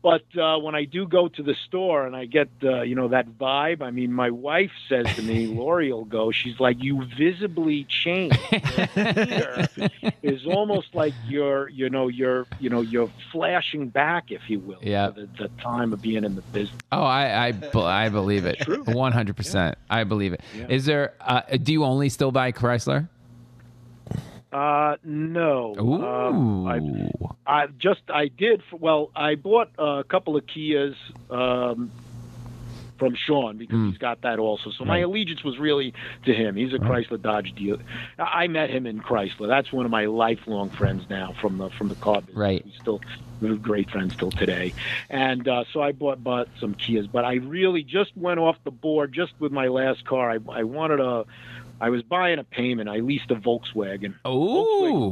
Speaker 9: But uh, when I do go to the store and I get, uh, you know, that vibe, I mean, my wife says to me, [LAUGHS] Lori will go, she's like, you
Speaker 7: [LAUGHS]
Speaker 9: visibly changed. Your fear is almost like you're, you know, you're, you know, you're flashing back, if you will,
Speaker 7: Yeah.
Speaker 9: to the, the time of being in the business.
Speaker 7: [LAUGHS] Oh, I I, bel- I believe it.
Speaker 9: True.
Speaker 7: One hundred percent. I believe it. Is
Speaker 9: Yeah.
Speaker 7: there? Uh, do you only still buy Chrysler?
Speaker 9: Uh, no. Um,
Speaker 7: Ooh.
Speaker 9: I, I just I did for, well. I bought a couple of Kias um, from Sean because
Speaker 7: Hmm.
Speaker 9: he's got that also. So my
Speaker 12: Right.
Speaker 9: allegiance was really to him. He's a Chrysler Dodge dealer. I I met him in Chrysler. That's one of my lifelong friends now from the from the car business.
Speaker 7: Right.
Speaker 9: We're still we're great friends till today. And uh, so I bought bought some Kias, but I really just went off the board just with my last car. I I wanted a. I was buying a payment. I leased a Volkswagen.
Speaker 7: Ooh.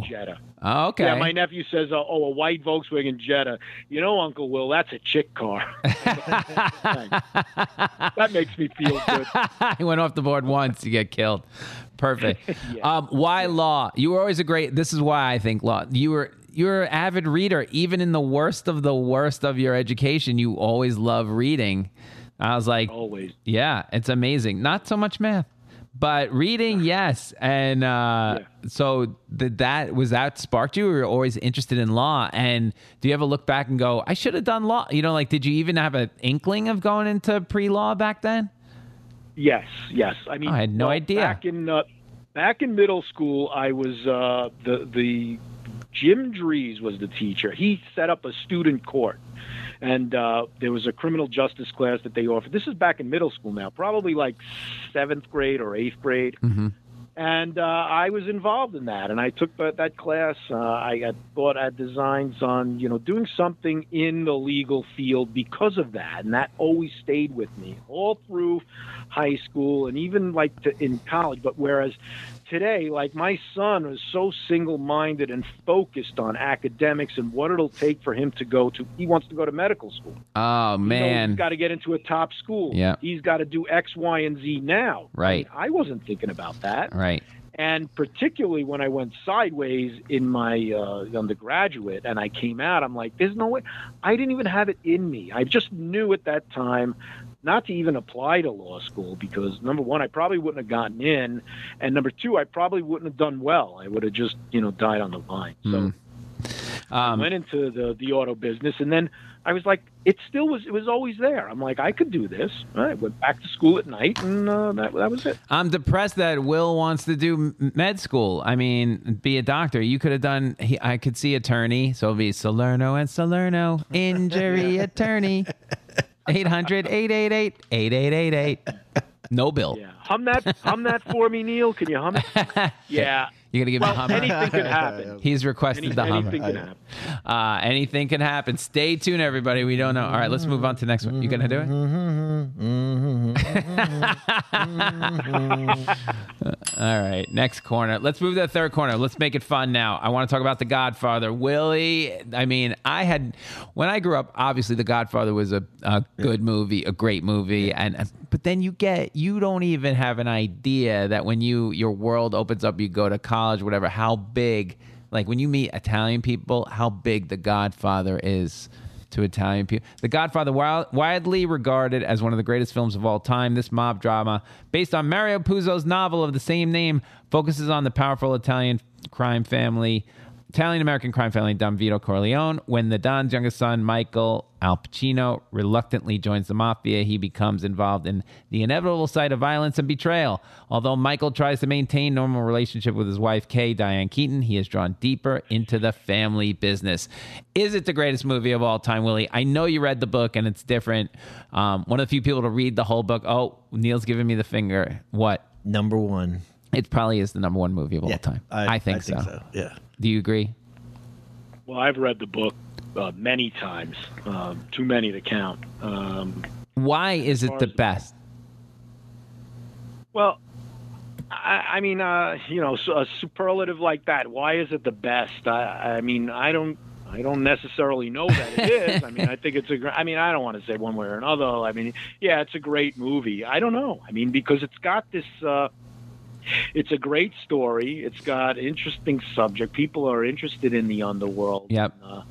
Speaker 9: Volkswagen Jetta.
Speaker 7: Oh, okay.
Speaker 9: Yeah, my nephew says, uh, "Oh, a white Volkswagen Jetta." You know, Uncle Will, that's a
Speaker 7: [LAUGHS]
Speaker 9: chick car. [LAUGHS] Thanks. that makes me feel
Speaker 7: [LAUGHS]
Speaker 9: good.
Speaker 7: [LAUGHS] I went off the board once. You get killed.
Speaker 9: [LAUGHS]
Speaker 7: Perfect. um, why law? You were always a great. This is why I think law. You were you were an avid reader, even in the worst of the worst of your education. You always love reading. I was like,
Speaker 9: always.
Speaker 7: Yeah, it's amazing. Not so much math, but reading, yes. And uh, so did that was that sparked you? Or you were always interested in law? And do you ever look back and go, I should have done law? You know, like did you even have an inkling of going into pre law back then?
Speaker 9: Yes, yes. I mean,
Speaker 7: I had no
Speaker 9: well,
Speaker 7: idea.
Speaker 9: Back in uh, back in middle school, I was uh, the the Jim Drees was the teacher. He set up a student court, and uh, there was a criminal justice class that they offered. This is back in middle school now, probably like seventh grade or eighth grade. and uh, I was involved in that. And I took that, that class. Uh, I had thought I had designs on, you know, doing something in the legal field because of that, and that always stayed with me all through high school and even like to, in college. But whereas today, like my son is so single-minded and focused on academics and what it'll take for him to go to. He wants to go to medical school.
Speaker 7: Oh man,
Speaker 9: he's got to get into a top school.
Speaker 7: Yeah.
Speaker 9: he's got to do X, Y, and Z now.
Speaker 7: Right.
Speaker 9: I wasn't thinking about that
Speaker 7: right.
Speaker 9: and particularly when I went sideways in my uh, undergraduate and I came out, I'm like, there's no way. I didn't even have it in me. I just knew at that time not to even apply to law school because number one, I probably wouldn't have gotten in, and number two, I probably wouldn't have done well. I would have just you know died on the vine.
Speaker 7: Mm.
Speaker 9: I went into the the auto business, and then I was like, it still was it was always there. I'm like, I could do this. I went back to school at night, and uh, that that was it.
Speaker 7: I'm depressed that Will wants to do m- med school. I mean, be a doctor. You could have done. He, I could see attorney. So it'll be Salerno and Salerno injury attorney. 800-888-8888. No bill.
Speaker 9: Hum
Speaker 7: [LAUGHS]
Speaker 9: that, hum that for me, Neil. Can you hum it? Yeah.
Speaker 7: You're gonna give
Speaker 9: well,
Speaker 7: me a hummer.
Speaker 9: Anything could
Speaker 10: [LAUGHS]
Speaker 9: happen.
Speaker 7: He's requested
Speaker 9: Any-
Speaker 7: the hummer.
Speaker 9: anything could happen.
Speaker 7: Uh, anything can happen. Stay tuned, everybody. We don't know. All right, let's move on to the next one. You gonna do it?
Speaker 10: Mm-hmm.
Speaker 7: All right, next corner. Let's move to the third corner. Let's make it fun now. I want to talk about The Godfather. Willie, I mean, I had, when I grew up, obviously The Godfather was a, a good movie, a great movie. And, but then you get, you don't even have an idea that when you, your world opens up, you go to college, whatever, how big, like when you meet Italian people, how big The Godfather is to Italian people. The Godfather, wi- widely regarded as one of the greatest films of all time, this mob drama, based on Mario Puzo's novel of the same name, focuses on the powerful Italian crime family, Italian American crime family Don Vito Corleone. When the Don's youngest son, Michael Al Pacino, reluctantly joins the mafia, he becomes involved in the inevitable side of violence and betrayal. Although Michael tries to maintain normal relationship with his wife Kay, Diane Keaton, he is drawn deeper into the family business. Is it the greatest movie of all time, Willie? I know you read the book and it's different. Um, one of the few people to read the whole book. Oh, Neil's giving me the finger. What?
Speaker 8: Number one.
Speaker 7: It probably is the number one movie of all time. I, think, so.
Speaker 8: Yeah.
Speaker 7: Do you agree?
Speaker 9: Well, I've read the book uh, many times, um, too many to count. Um,
Speaker 7: Why is it
Speaker 9: far
Speaker 7: the
Speaker 9: as-
Speaker 7: best?
Speaker 9: well, I, I mean, uh, you know, so a superlative like that. Why is it the best? I, I mean, I don't. I don't necessarily know that it is. I mean, I think it's a. gr- I mean, I don't want to say one way or another. I mean, yeah, it's a great movie. I don't know. I mean, because it's got this. Uh, it's a great story. It's got interesting subject. People are interested in the underworld.
Speaker 7: Yep.
Speaker 9: Uh,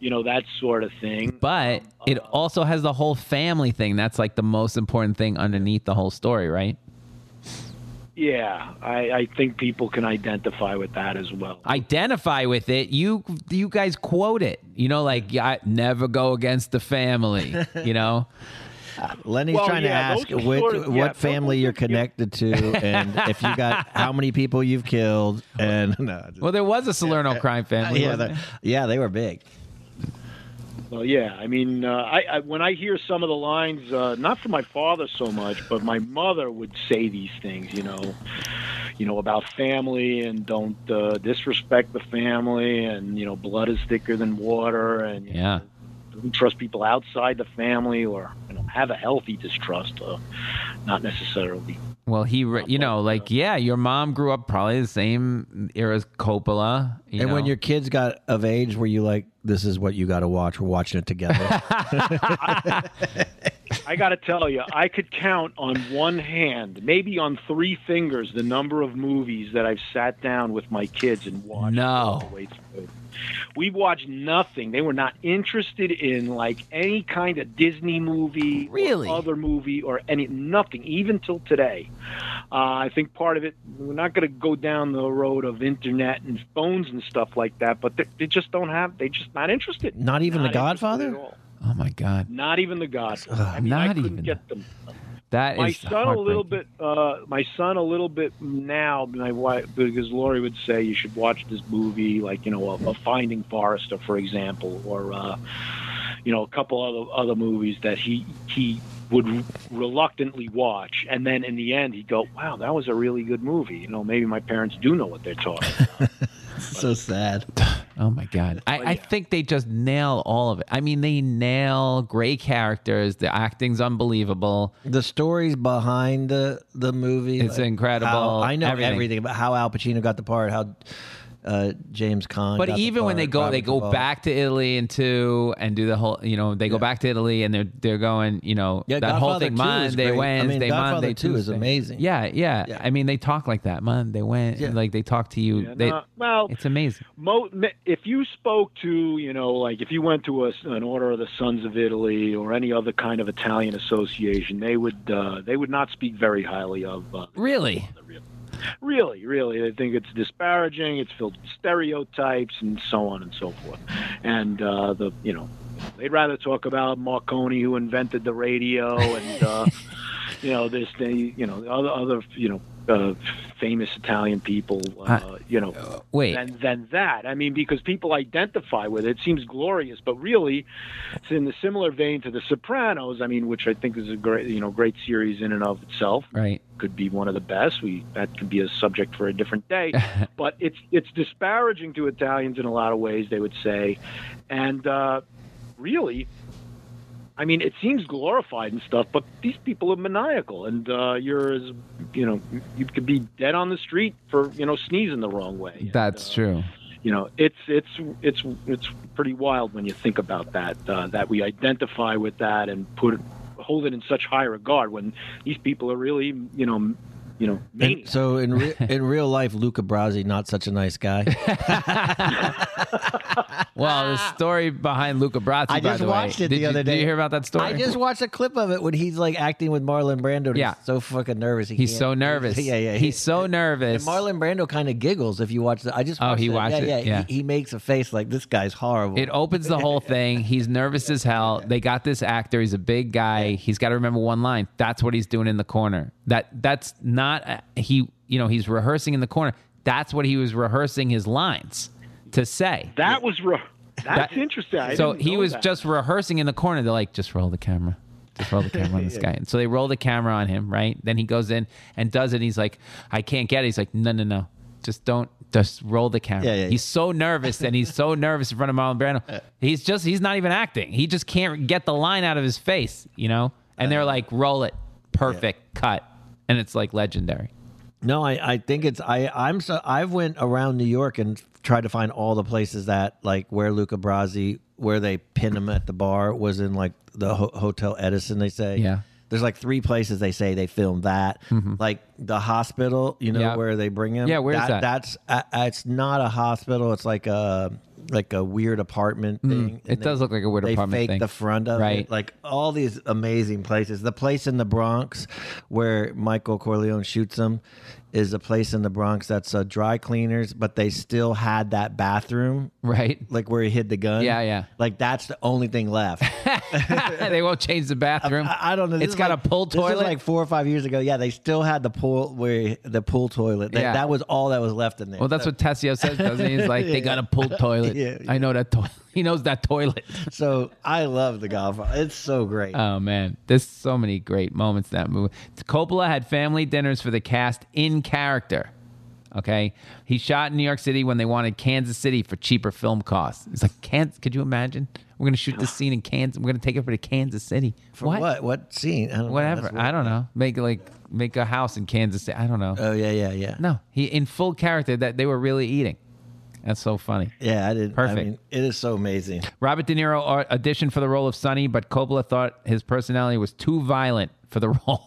Speaker 9: you know that sort of thing. Uh,
Speaker 7: But it also has the whole family thing. That's like the most important thing underneath the whole story, right?
Speaker 9: Yeah, I, I think people can identify with that as well.
Speaker 7: Identify with it. You
Speaker 10: [LAUGHS]
Speaker 7: you guys quote it. You know, like yeah, I never go against the family. You know,
Speaker 10: Lenny's
Speaker 9: Well,
Speaker 10: trying to
Speaker 9: yeah,
Speaker 10: ask
Speaker 9: those
Speaker 10: what,
Speaker 9: sort of- yeah,
Speaker 10: what
Speaker 9: those
Speaker 10: family you're connected
Speaker 9: [LAUGHS]
Speaker 10: to and if you got how many people you've killed. And [LAUGHS] no, just-
Speaker 7: [LAUGHS] Well, there was a Salerno crime family.
Speaker 10: yeah,
Speaker 7: wasn't
Speaker 10: they, yeah, they were big.
Speaker 9: Well, yeah. I mean, uh, I, I when I hear some of the lines, uh, not from my father so much, but my mother would say these things, you know, you know about family and don't uh, disrespect the family, and you know, blood is thicker than water, and
Speaker 7: there?
Speaker 9: you
Speaker 7: yeah.
Speaker 9: know, don't trust people outside the family, or you know, have a healthy distrust, uh, not necessarily.
Speaker 7: Well, he, re- you know, like, yeah, your mom grew up probably the same era as Coppola. You
Speaker 10: and
Speaker 7: know?
Speaker 10: when your kids got of age, were you like, this is what you got to watch? We're watching it
Speaker 7: [LAUGHS]
Speaker 10: together. [LAUGHS]
Speaker 9: I got to tell you, I could count on one hand, maybe on three fingers, the number of movies that I've sat down with my kids and watched.
Speaker 7: No.
Speaker 9: all the way through. We watched nothing. They were not interested in like any kind of Disney movie, or
Speaker 7: Really?
Speaker 9: other movie, or any nothing. Even till today, uh, I think part of it. We're not going to go down the road of internet and phones and stuff like that. But they, they just don't have. They just not interested.
Speaker 10: Not even The
Speaker 9: interested
Speaker 10: Godfather?
Speaker 9: at all.
Speaker 7: oh my God,
Speaker 9: Not even The Godfather. I mean, I
Speaker 7: not
Speaker 9: couldn't
Speaker 7: even.
Speaker 9: get them
Speaker 7: that is
Speaker 9: my son a little bit uh, my son a little bit now my wife because Lori would say you should watch this movie like you know a, a Finding Forrester for example or uh, you know a couple other other movies that he he would reluctantly watch and then in the end he'd go wow that was a really good movie you know maybe my parents do know what they're talking about.
Speaker 10: so sad.
Speaker 7: Oh my god! I, I think they just nail all of it. I mean, they nail great characters. The acting's unbelievable.
Speaker 10: The stories behind the the movie.
Speaker 7: It's incredible.
Speaker 10: how- I know
Speaker 7: Everything.
Speaker 10: everything. about how Al Pacino got the part, how uh, James Caan.
Speaker 7: But
Speaker 10: got the
Speaker 7: even when they
Speaker 10: part,
Speaker 7: go,
Speaker 10: Robert
Speaker 7: they go
Speaker 10: Duvall.
Speaker 7: back to Italy and two and do the whole. You know, they go back to Italy and they're they're going. You know,
Speaker 10: Yeah,
Speaker 7: that whole
Speaker 10: Godfather
Speaker 7: thing.
Speaker 10: 2 is
Speaker 7: Monday,
Speaker 10: great. I
Speaker 7: Wednesday,
Speaker 10: mean, Godfather
Speaker 7: Monday,
Speaker 10: 2 is
Speaker 7: Tuesday.
Speaker 10: amazing.
Speaker 7: Yeah, yeah,
Speaker 10: Yeah.
Speaker 7: I mean, they talk like that. Monday, Wednesday,
Speaker 10: Yeah.
Speaker 7: like they talk to you.
Speaker 9: Yeah,
Speaker 7: they,
Speaker 9: no, uh, well,
Speaker 7: it's amazing.
Speaker 9: Mo- if you spoke to, you know, like if you went to a, an Order of the Sons of Italy or any other kind of Italian association, they would uh, they would not speak very highly of. Uh,
Speaker 7: Really?
Speaker 9: really, really, they think it's disparaging. It's filled with stereotypes and so on and so forth. And uh, the you know, they'd rather talk about Marconi who invented the radio and uh, you know this thing, you know, other other you know. Uh, famous Italian people, uh,
Speaker 7: I-
Speaker 9: you know,
Speaker 7: Wait.
Speaker 9: than than that. I mean, because people identify with it. It seems glorious, but really, it's in the similar vein to The Sopranos. I mean, which I think is a great, you know, great series in and of itself.
Speaker 7: Right.
Speaker 9: Could be one of the best. We that could be a subject for a different day. but it's it's disparaging to Italians in a lot of ways. They would say, and uh, really. I mean, it seems glorified and stuff, but these people are maniacal, and uh, you're as you know, you could be dead on the street for you know sneezing the wrong way. And,
Speaker 7: That's
Speaker 9: uh,
Speaker 7: true.
Speaker 9: you know it's it's it's it's pretty wild when you think about that uh, that we identify with that and put hold it in such high regard when these people are really you know m- you know
Speaker 10: And
Speaker 9: maniacs.
Speaker 10: so in
Speaker 7: [LAUGHS]
Speaker 10: re- in real life, Luca Brasi not such a nice guy.
Speaker 7: Well, the story behind Luca Brasi.
Speaker 10: [LAUGHS] I
Speaker 7: by
Speaker 10: just
Speaker 7: the way.
Speaker 10: watched it
Speaker 7: Did
Speaker 10: the
Speaker 7: you-
Speaker 10: other
Speaker 7: Did
Speaker 10: day.
Speaker 7: you hear about that story?
Speaker 10: I just watched a clip of it when he's like acting with Marlon Brando. and
Speaker 7: Yeah.
Speaker 10: he's so fucking nervous. He
Speaker 7: He's
Speaker 10: can't-
Speaker 7: so nervous.
Speaker 10: [LAUGHS] Yeah, yeah.
Speaker 7: He's so
Speaker 10: And
Speaker 7: nervous.
Speaker 10: Marlon Brando kind of giggles if you watch the. I just
Speaker 7: Oh,
Speaker 10: watched
Speaker 7: he
Speaker 10: that.
Speaker 7: watched it,
Speaker 10: yeah,
Speaker 7: yeah.
Speaker 10: He, he makes a face like this guy's horrible.
Speaker 7: It opens the whole thing. He's nervous as hell. They got this actor. He's a big guy. He's got to remember one line. That's what he's doing in the corner. That that's not uh, he. You know, he's rehearsing in the corner. That's what he was rehearsing his lines to say.
Speaker 9: that was re-
Speaker 7: [LAUGHS]
Speaker 9: that's
Speaker 7: That-
Speaker 9: interesting I
Speaker 7: so
Speaker 9: didn't
Speaker 7: he
Speaker 9: know
Speaker 7: was
Speaker 9: that.
Speaker 7: just rehearsing in the corner. They're like, just roll the camera. Just roll the camera
Speaker 10: [LAUGHS]
Speaker 7: on this guy. And so they roll the camera on him, right? Then he goes in and does it. He's like, I can't get it. He's like, no, no, no. Just don't, just roll the camera.
Speaker 10: Yeah, yeah, yeah.
Speaker 7: he's so nervous and
Speaker 10: [LAUGHS]
Speaker 7: he's so nervous in front of Marlon Brando. He's just, he's not even acting. He just can't get the line out of his face, you know? And
Speaker 10: Uh-huh.
Speaker 7: they're like, roll it. Perfect. Cut. And it's like legendary.
Speaker 10: No, I, I think it's I I'm so I've went around New York and tried to find all the places that like where Luca Brasi where they pin him at the bar was in like the ho- Hotel Edison they say.
Speaker 7: Yeah. Mm-hmm.
Speaker 10: There's like three places they say they filmed that. Like the hospital, you know
Speaker 7: Yeah.
Speaker 10: where they bring him.
Speaker 7: Yeah, where's that?
Speaker 10: That's uh, it's not a hospital, it's like a like a weird apartment thing.
Speaker 7: Mm-hmm. it does look like a weird
Speaker 10: they
Speaker 7: apartment
Speaker 10: fake
Speaker 7: thing.
Speaker 10: the front of
Speaker 7: Right.
Speaker 10: it. Like all these amazing places. The place in the Bronx where Michael Corleone shoots him is a place in the Bronx that's a dry cleaners, but they still had that bathroom,
Speaker 7: [LAUGHS]
Speaker 10: [LAUGHS]
Speaker 7: right?
Speaker 10: like where he hid the gun.
Speaker 7: Yeah, yeah.
Speaker 10: Like that's the only thing
Speaker 7: [LAUGHS]
Speaker 10: left.
Speaker 7: they won't change the bathroom.
Speaker 10: I, I don't know. This
Speaker 7: It's
Speaker 10: is
Speaker 7: got
Speaker 10: like-
Speaker 7: a pull
Speaker 10: This
Speaker 7: toilet.
Speaker 10: is like four or five years ago. Yeah, they still had the pool where the pool toilet. That,
Speaker 7: Yeah.
Speaker 10: that was all that was left in there.
Speaker 7: well, that's what Tessio says, doesn't he? He's like, they got a pull toilet.
Speaker 10: [LAUGHS] Yeah, yeah.
Speaker 7: I know that toilet. [LAUGHS] He knows that toilet.
Speaker 10: so I love the Godfather. It's so great.
Speaker 7: Oh man, there's so many great moments in that movie. Coppola had family dinners for the cast in character. Okay, he shot in New York City when they wanted Kansas City for cheaper film costs. It's like, Kansas, could you imagine? We're gonna shoot this scene in Kansas. We're gonna take it for the Kansas City.
Speaker 10: For what? What, scene? I don't know.
Speaker 7: Whatever.
Speaker 10: That's weird.
Speaker 7: I don't know. Make like make a house in Kansas City. I don't know.
Speaker 10: Oh yeah, yeah, yeah.
Speaker 7: no, he in full character that they were really eating. That's so funny.
Speaker 10: Yeah, I didn't. I
Speaker 7: Perfect.
Speaker 10: mean, it is so amazing.
Speaker 7: Robert De Niro au- auditioned for the role of Sonny, but Coppola thought his personality was too violent for the [LAUGHS] role.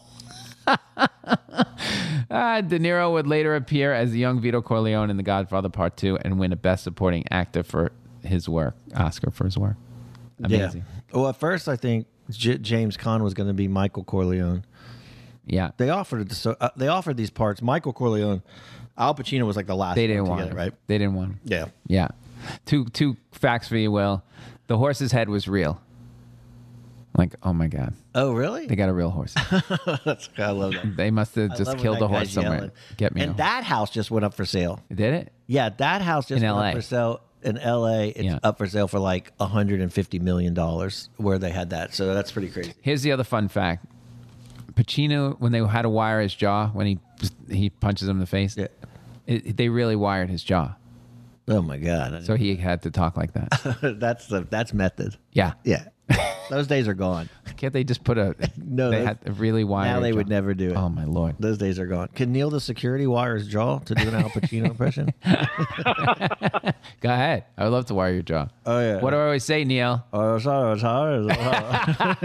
Speaker 7: Ah, De Niro would later appear as the young Vito Corleone in The Godfather Part 2 and win a Best Supporting Actor for his work, Oscar for his work. Amazing.
Speaker 10: Yeah. Well, at first I think J- James Caan was going to be Michael Corleone.
Speaker 7: Yeah.
Speaker 10: They offered it. to- So uh, they offered these parts. Michael Corleone, Al Pacino was like the last.
Speaker 7: They
Speaker 10: one
Speaker 7: didn't
Speaker 10: to
Speaker 7: want
Speaker 10: get
Speaker 7: him.
Speaker 10: it, right?
Speaker 7: They didn't want him.
Speaker 10: Yeah.
Speaker 7: Yeah. Two two facts for you, Will. The horse's head was real. Like, oh my God.
Speaker 10: Oh, really? [LAUGHS]
Speaker 7: They got a real horse.
Speaker 10: That's I love that.
Speaker 7: they must have
Speaker 10: I
Speaker 7: just
Speaker 10: love when
Speaker 7: killed
Speaker 10: that
Speaker 7: a horse
Speaker 10: guy's
Speaker 7: somewhere.
Speaker 10: yelling.
Speaker 7: Get me.
Speaker 10: And
Speaker 7: a-
Speaker 10: that house just went up for sale.
Speaker 7: Did it?
Speaker 10: Yeah, that house just
Speaker 7: In
Speaker 10: went
Speaker 7: LA.
Speaker 10: up for sale in LA. It's
Speaker 7: Yeah.
Speaker 10: up for sale for like 150 million dollars where they had that. So that's pretty crazy.
Speaker 7: Here's the other fun fact. Pacino, when they had to wire his jaw, when he he punches him in the face,
Speaker 10: Yeah.
Speaker 7: it, they really wired his jaw,
Speaker 10: Oh my god.
Speaker 7: so he had to talk like that.
Speaker 10: [LAUGHS] that's the that's method.
Speaker 7: Yeah, [LAUGHS]
Speaker 10: Yeah. Those days are gone.
Speaker 7: can't they just put a?
Speaker 10: [LAUGHS] No,
Speaker 7: they
Speaker 10: that's-
Speaker 7: had to really wire.
Speaker 10: now
Speaker 7: your
Speaker 10: they would
Speaker 7: jaw.
Speaker 10: never do it.
Speaker 7: Oh my lord!
Speaker 10: Those days are gone. Can Neil the security wire his jaw to do an Al Pacino
Speaker 7: [LAUGHS]
Speaker 10: impression?
Speaker 7: Go ahead. I would love to wire your jaw.
Speaker 10: Oh, yeah.
Speaker 7: What do I always say,
Speaker 10: [LAUGHS]
Speaker 7: Neil?
Speaker 10: Oh, sorry, sorry, sorry.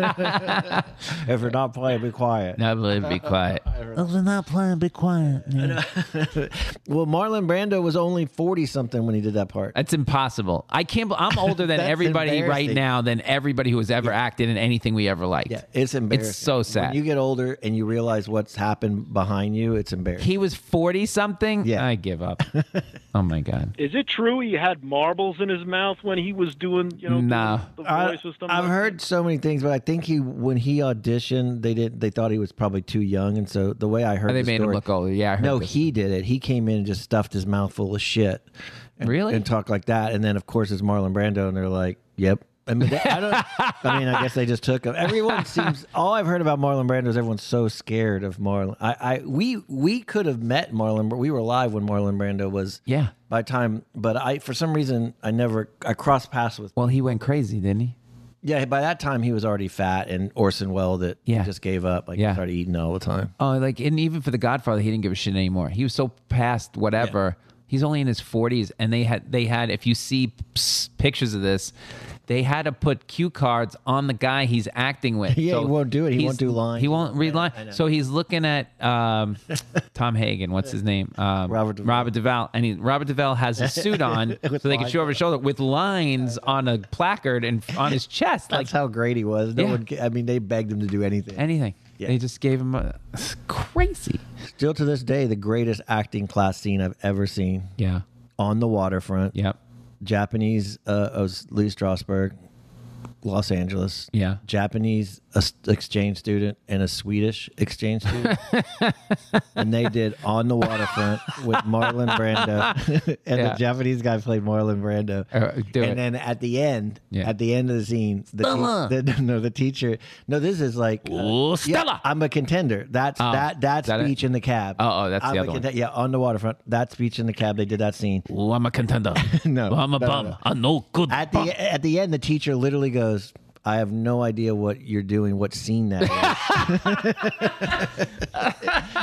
Speaker 10: if you're not playing, be quiet.
Speaker 7: Now believe be quiet.
Speaker 10: Well, Marlon Brando was only 40 something when he did that part.
Speaker 7: That's impossible. I can't. bel- I'm older
Speaker 10: [LAUGHS]
Speaker 7: than
Speaker 10: That's
Speaker 7: everybody right
Speaker 10: embarrassing.
Speaker 7: now than everybody who has ever acted in anything we ever liked.
Speaker 10: Yeah, it's embarrassing.
Speaker 7: so sad.
Speaker 10: When you get older and you realize what's happened behind you, it's embarrassing.
Speaker 7: He was 40 something.
Speaker 10: Yeah.
Speaker 7: I
Speaker 10: [LAUGHS]
Speaker 7: give up. oh my god.
Speaker 9: Is it true he had marbles in his mouth when he was doing, you know,
Speaker 7: Nah.
Speaker 9: the voice
Speaker 10: I,
Speaker 9: or something?
Speaker 10: I've
Speaker 9: like
Speaker 10: heard so many things, but I think he when he auditioned, they did they thought he was probably too young, and so the way I heard,
Speaker 7: Oh, they
Speaker 10: the
Speaker 7: made
Speaker 10: story,
Speaker 7: him look older. Yeah, I heard
Speaker 10: No,
Speaker 7: this.
Speaker 10: he did it. He came in and just stuffed his mouth full of shit. And,
Speaker 7: Really?
Speaker 10: And talked like that. And then, of course, it's Marlon Brando, and they're like, yep. I mean, they- I, don't, I mean, I guess they just took him. Everyone seems. All I've heard about Marlon Brando is everyone's so scared of Marlon. I, I, we, we could have met Marlon. Br- We were live when Marlon Brando was.
Speaker 7: Yeah.
Speaker 10: By time, but I, for some reason, I never, I crossed paths with.
Speaker 7: Well, he went crazy, didn't he?
Speaker 10: Yeah. By that time, he was already fat and Orson Welles that
Speaker 7: Yeah.
Speaker 10: just gave up. Like,
Speaker 7: Yeah.
Speaker 10: started eating all the time.
Speaker 7: Oh, like and even for the Godfather, he didn't give a shit anymore. He was so past whatever. He's only in his forties, and they had they had. If you see ps- pictures of this, they had to put cue cards on the guy he's acting with.
Speaker 10: [LAUGHS] Yeah,
Speaker 7: So
Speaker 10: he won't do it. He
Speaker 7: he's-
Speaker 10: won't do lines.
Speaker 7: He won't read lines. So he's looking at
Speaker 10: [LAUGHS]
Speaker 7: um, Tom Hagen. What's his name? Um,
Speaker 10: Robert Duvall.
Speaker 7: Robert Duvall, and he, Robert Duvall
Speaker 10: [LAUGHS]
Speaker 7: has a suit on, so they can
Speaker 10: lines
Speaker 7: show over his shoulder with lines on a placard and on his chest, like
Speaker 10: That's how great he was. No
Speaker 7: Yeah.
Speaker 10: one. ca- I mean, they begged him to do anything.
Speaker 7: anything.
Speaker 10: Yeah.
Speaker 7: They just gave him a it's crazy.
Speaker 10: Still to this day, the greatest acting class scene I've ever seen
Speaker 7: Yeah.
Speaker 10: on the waterfront.
Speaker 7: Yep.
Speaker 10: Japanese, uh, uh, Lee Strasberg, Los Angeles.
Speaker 7: Yeah.
Speaker 10: Japanese uh, exchange student and a Swedish exchange
Speaker 7: [LAUGHS]
Speaker 10: student. and they did On the Waterfront with Marlon Brando. [LAUGHS] and
Speaker 7: Yeah.
Speaker 10: the Japanese guy played Marlon Brando.
Speaker 7: Uh, do
Speaker 10: and
Speaker 7: it.
Speaker 10: then at the end,
Speaker 7: Yeah.
Speaker 10: at the end of the scene, the, te- the- [LAUGHS] no, the teacher, no, this is like, uh,
Speaker 7: Ooh,
Speaker 10: yeah,
Speaker 7: Stella!
Speaker 10: I'm a contender. That's
Speaker 7: Oh,
Speaker 10: that, that
Speaker 7: is that it?
Speaker 10: speech in the cab.
Speaker 7: Oh, oh, that's the
Speaker 10: I'm a
Speaker 7: other one.
Speaker 10: Yeah, On the Waterfront. That speech in the cab. They did that scene.
Speaker 7: Oh, I'm a [LAUGHS] contender.
Speaker 10: No,
Speaker 7: Oh, I'm a
Speaker 10: no,
Speaker 7: bum.
Speaker 10: no.
Speaker 7: A no good
Speaker 10: At
Speaker 7: bum.
Speaker 10: the at the end, the teacher literally goes, "I have no idea what you're doing, what scene that is." [LAUGHS]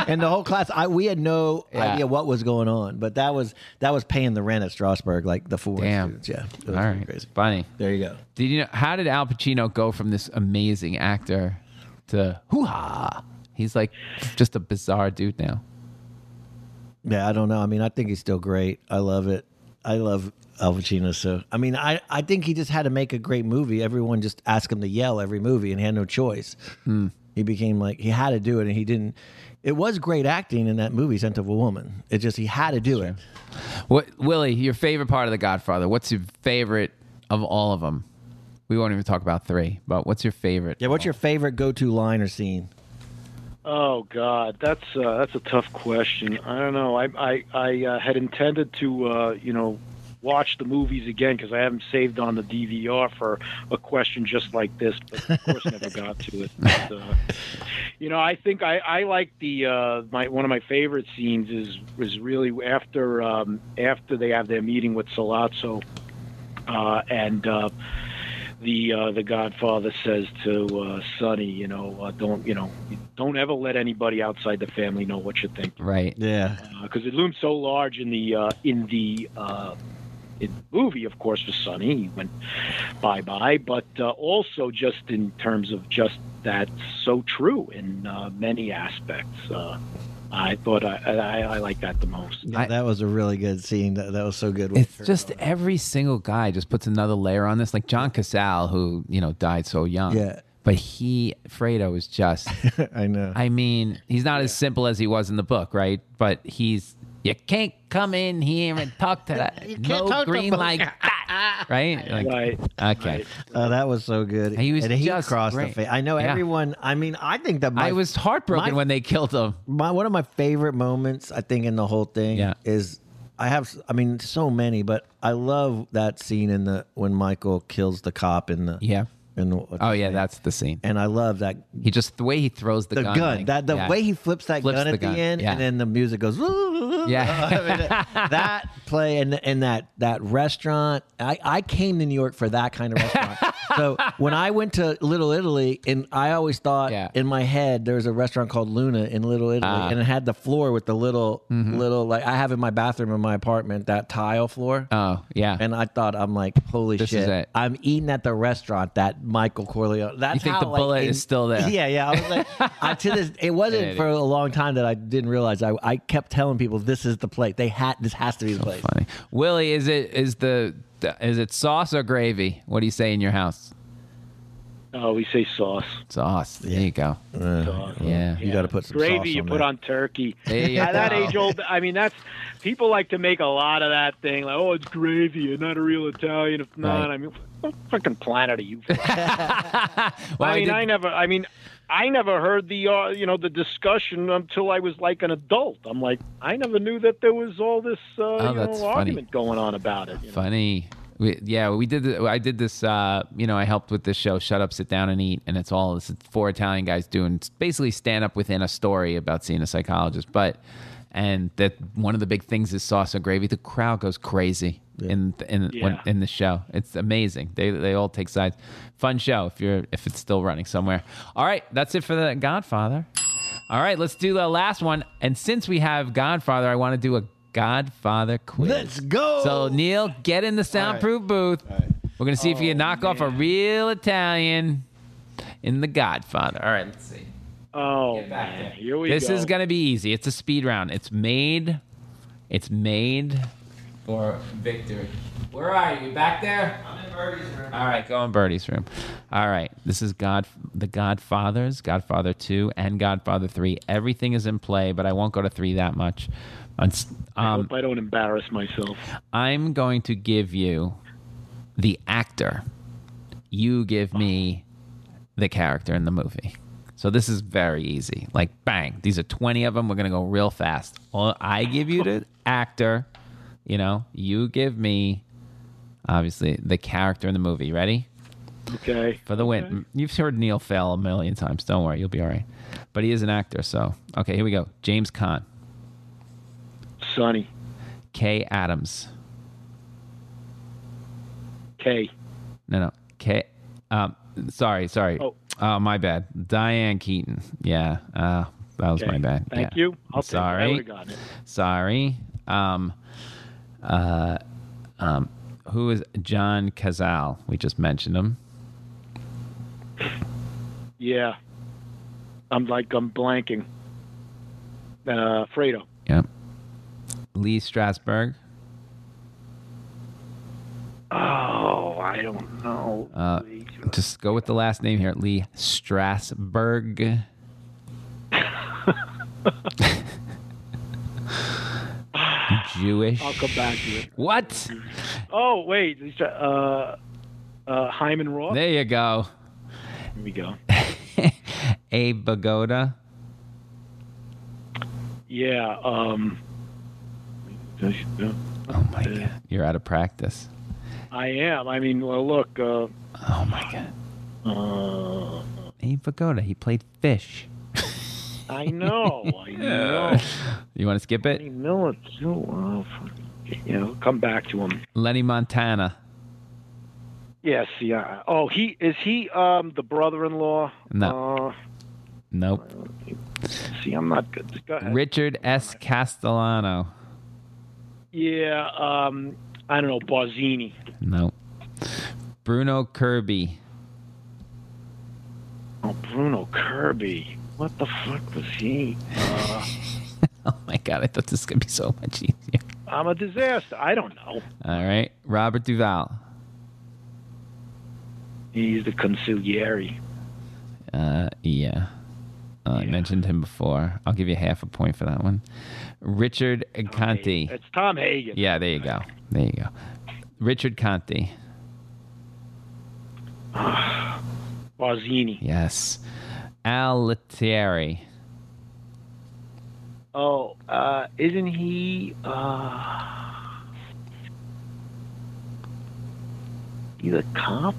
Speaker 10: and the whole class, I we had no
Speaker 7: Yeah.
Speaker 10: idea what was going on, but that was that was paying the rent at Strasbourg, like the four
Speaker 7: Damn.
Speaker 10: students. Yeah, it was
Speaker 7: All
Speaker 10: pretty
Speaker 7: right,
Speaker 10: crazy.
Speaker 7: funny.
Speaker 10: There you go.
Speaker 7: Did you know how did Al Pacino go from this amazing actor to hoo ha? He's like just a bizarre dude now.
Speaker 10: Yeah, I don't know. I mean, I think he's still great. I love it. I love Al Pacino. So I mean, I, I think he just had to make a great movie. Everyone just asked him to yell every movie, and he had no choice. He became like he had to do it, and he didn't. It was great acting in that movie, Scent of a Woman. It just he had to do it.
Speaker 7: What Willie, your favorite part of The Godfather? What's your favorite of all of them? We won't even talk about three, but what's your favorite?
Speaker 10: Yeah. What's your favorite go-to line or scene?
Speaker 9: Oh God, that's uh, that's a tough question. I don't know. I I, I uh, had intended to uh, you know watch the movies again because I haven't saved on the DVR for a question just like this, but of course never got to it. But, uh, you know, I think I, I like the uh, my one of my favorite scenes is was really after um, after they have their meeting with Salazzo, uh, and. Uh, the uh, the Godfather says to uh, Sonny, you know, uh, don't you know, don't ever let anybody outside the family know what you think,
Speaker 7: Right.
Speaker 10: Yeah.
Speaker 9: because it loomed so large in the uh, in the uh, in the movie, of course, for Sonny. He went bye bye, but uh, also just in terms of just that's so true in uh, many aspects. Uh, I thought I, I, I like that the most.
Speaker 10: Yeah,
Speaker 7: I-
Speaker 10: that was a really good scene. That, that was so good. with
Speaker 7: It's
Speaker 10: her.
Speaker 7: just every single guy just puts another layer on this. Like John Casal, who you know died so young.
Speaker 10: Yeah.
Speaker 7: But he, Fredo, is just.
Speaker 10: [LAUGHS] I know.
Speaker 7: I mean, he's not as simple as he was in the book, right? But he's. You can't come in here and talk
Speaker 10: [LAUGHS]
Speaker 7: to that no green like that, right? Like,
Speaker 9: Right.
Speaker 7: Okay.
Speaker 10: Oh, that was so good.
Speaker 7: He was
Speaker 10: and he
Speaker 7: just
Speaker 10: crossed
Speaker 7: great.
Speaker 10: the face. I know
Speaker 7: Yeah.
Speaker 10: everyone. I mean, I think that my,
Speaker 7: I was heartbroken
Speaker 10: my-
Speaker 7: when they killed him.
Speaker 10: my one of my favorite moments. I think in the whole thing
Speaker 7: Yeah.
Speaker 10: is I have. I mean, so many, but I love that scene in the when Michael kills the cop in the
Speaker 7: Yeah.
Speaker 10: In the,
Speaker 7: Oh yeah, that's the scene.
Speaker 10: and I love that
Speaker 7: He just the way he throws the,
Speaker 10: the gun.
Speaker 7: gun. like,
Speaker 10: that the
Speaker 7: yeah.
Speaker 10: way he flips that
Speaker 7: Flips
Speaker 10: gun
Speaker 7: the
Speaker 10: at the,
Speaker 7: gun,
Speaker 10: end,
Speaker 7: yeah.
Speaker 10: and then the music goes.
Speaker 7: Yeah.
Speaker 10: [LAUGHS]
Speaker 7: [LAUGHS]
Speaker 10: I mean, that- that play and and that that restaurant. I I came to New York for that kind of restaurant. so when I went to Little Italy, and I always thought
Speaker 7: Yeah.
Speaker 10: in my head there was a restaurant called Luna in Little Italy, and it had the floor with the little little like I have in my bathroom in my apartment that tile floor.
Speaker 7: Oh yeah.
Speaker 10: and I thought, I'm like, holy
Speaker 7: This
Speaker 10: shit!
Speaker 7: is it.
Speaker 10: I'm eating at the restaurant that Michael Corleone. That's
Speaker 7: think
Speaker 10: how,
Speaker 7: the
Speaker 10: like,
Speaker 7: bullet is still there.
Speaker 10: [LAUGHS] Yeah, yeah. I was like, I, to this,
Speaker 7: [LAUGHS]
Speaker 10: it wasn't
Speaker 7: Yeah, it
Speaker 10: for a long time that I didn't realize. I, I kept telling people, this is the place. They had this has to be the place.
Speaker 7: Funny. Willie, is it is the is it sauce or gravy? What do you say in your house?
Speaker 9: Oh, we say sauce.
Speaker 7: Sauce. There you go.
Speaker 9: sauce.
Speaker 7: Yeah.
Speaker 10: You got to put some
Speaker 9: gravy
Speaker 10: Sauce
Speaker 9: you
Speaker 10: on
Speaker 9: put
Speaker 10: that.
Speaker 9: on turkey.
Speaker 7: There you
Speaker 9: At that
Speaker 7: go.
Speaker 9: age old, I mean, that's people like to make a lot of that thing. Like, oh, it's gravy. You're not a real Italian. If not,
Speaker 7: Right.
Speaker 9: I mean, what fucking
Speaker 7: [LAUGHS]
Speaker 9: planet are you? from?
Speaker 7: Well,
Speaker 9: I mean,
Speaker 7: did-
Speaker 9: I never. I mean, I never heard the uh, you know the discussion until I was like an adult. I'm like, I never knew that there was all this uh, you know,
Speaker 7: Oh, that's funny.
Speaker 9: argument going on about it. You know?
Speaker 7: funny. We, yeah, we did. The, I did this. Uh, you know, I helped with this show, "Shut Up, Sit Down, and Eat," and it's all it's four Italian guys doing basically stand up within a story about seeing a psychologist. But and that one of the big things is sauce and gravy. The crowd goes crazy in in when,
Speaker 9: Yeah.
Speaker 7: in the show. It's amazing. They they all take sides. Fun show if you're if it's still running somewhere. All right, that's it for the Godfather. All right, let's do the last one. And since we have Godfather, I want to do a Godfather quiz.
Speaker 10: Let's go.
Speaker 9: Oh.
Speaker 7: So Neil, get in the soundproof booth. We're gonna see if you can knock
Speaker 9: Oh,
Speaker 7: off a real Italian in The Godfather. All right, let's see.
Speaker 9: Oh,
Speaker 7: back
Speaker 9: man, here we
Speaker 7: This
Speaker 9: go.
Speaker 7: is gonna be easy. It's a speed round. It's made. It's made for victory. Where are you? You Back there? I'm in Birdie's room. All right, go in Birdie's room. All right, this is God, the Godfathers, Godfather Two, and Godfather Three. Everything is in play, but I won't go to three that much. It's-
Speaker 9: I
Speaker 7: Um,
Speaker 9: hope I don't embarrass myself.
Speaker 7: I'm going to give you the actor. You give me the character in the movie. So this is very easy. Like bang, these are 20 of them. We're going to go real fast. Well, I give you
Speaker 9: [LAUGHS]
Speaker 7: the actor, you know, you give me obviously the character in the movie. Ready?
Speaker 9: Okay.
Speaker 7: For the win. You've heard Neil fail a million times. Don't worry, you'll be all right. But he is an actor, so. Okay, here we go. James Caan,
Speaker 9: Sonny
Speaker 7: Kay Adams.
Speaker 9: K.
Speaker 7: No, no. K. Um, sorry, sorry.
Speaker 9: Oh.
Speaker 7: Uh, my bad. Diane Keaton. Yeah. Uh, that was
Speaker 9: Okay.
Speaker 7: my bad.
Speaker 9: Thank
Speaker 7: Yeah.
Speaker 9: you. I'll take it. I
Speaker 7: sorry.
Speaker 9: would've gotten it.
Speaker 7: Sorry. Um, uh, um, who is John Cazal? We just mentioned him.
Speaker 9: Yeah. I'm like I'm blanking. Uh Fredo.
Speaker 7: Yep. Lee Strasberg.
Speaker 9: Oh, I don't know.
Speaker 7: Uh, just go with the last name here, Lee Strasberg.
Speaker 9: [LAUGHS]
Speaker 7: Jewish.
Speaker 9: I'll come back to it.
Speaker 7: What?
Speaker 9: Oh wait, uh, uh, Hyman Roth.
Speaker 7: There you go.
Speaker 9: Here we go.
Speaker 7: Abe Bagoda.
Speaker 9: Yeah. Um,
Speaker 7: Oh my god, you're out of practice.
Speaker 9: I am. I mean, well, look. Uh,
Speaker 7: Oh my god,
Speaker 9: uh,
Speaker 7: Abe Bagoda. He played fish.
Speaker 9: I know. I know.
Speaker 7: You want to skip it?
Speaker 9: I know it too. Well, fucking, you know, come back to him.
Speaker 7: Lenny Montana.
Speaker 9: Yes. Yeah. Oh, he is he um the brother-in-law?
Speaker 7: No.
Speaker 9: Uh,
Speaker 7: Nope.
Speaker 9: see, I'm not good. Go ahead.
Speaker 7: Richard S. Castellano.
Speaker 9: Yeah. Um, I don't know. Barzini.
Speaker 7: Nope. Bruno Kirby.
Speaker 9: Oh, Bruno Kirby. What the fuck was he? Uh,
Speaker 7: Oh my god, I thought this was gonna be so much easier.
Speaker 9: I'm a disaster. I don't know.
Speaker 7: All right, Robert Duvall.
Speaker 9: He's the consigliere.
Speaker 7: Uh, yeah. Uh, I mentioned him before. I'll give you half a point for that one. Richard Conti.
Speaker 9: It's Tom Hagen.
Speaker 7: Yeah, there you go. There you go. Richard Conti.
Speaker 9: Barzini.
Speaker 7: Yes. Al Lettieri.
Speaker 9: Oh, uh, isn't he? Uh, he the cop?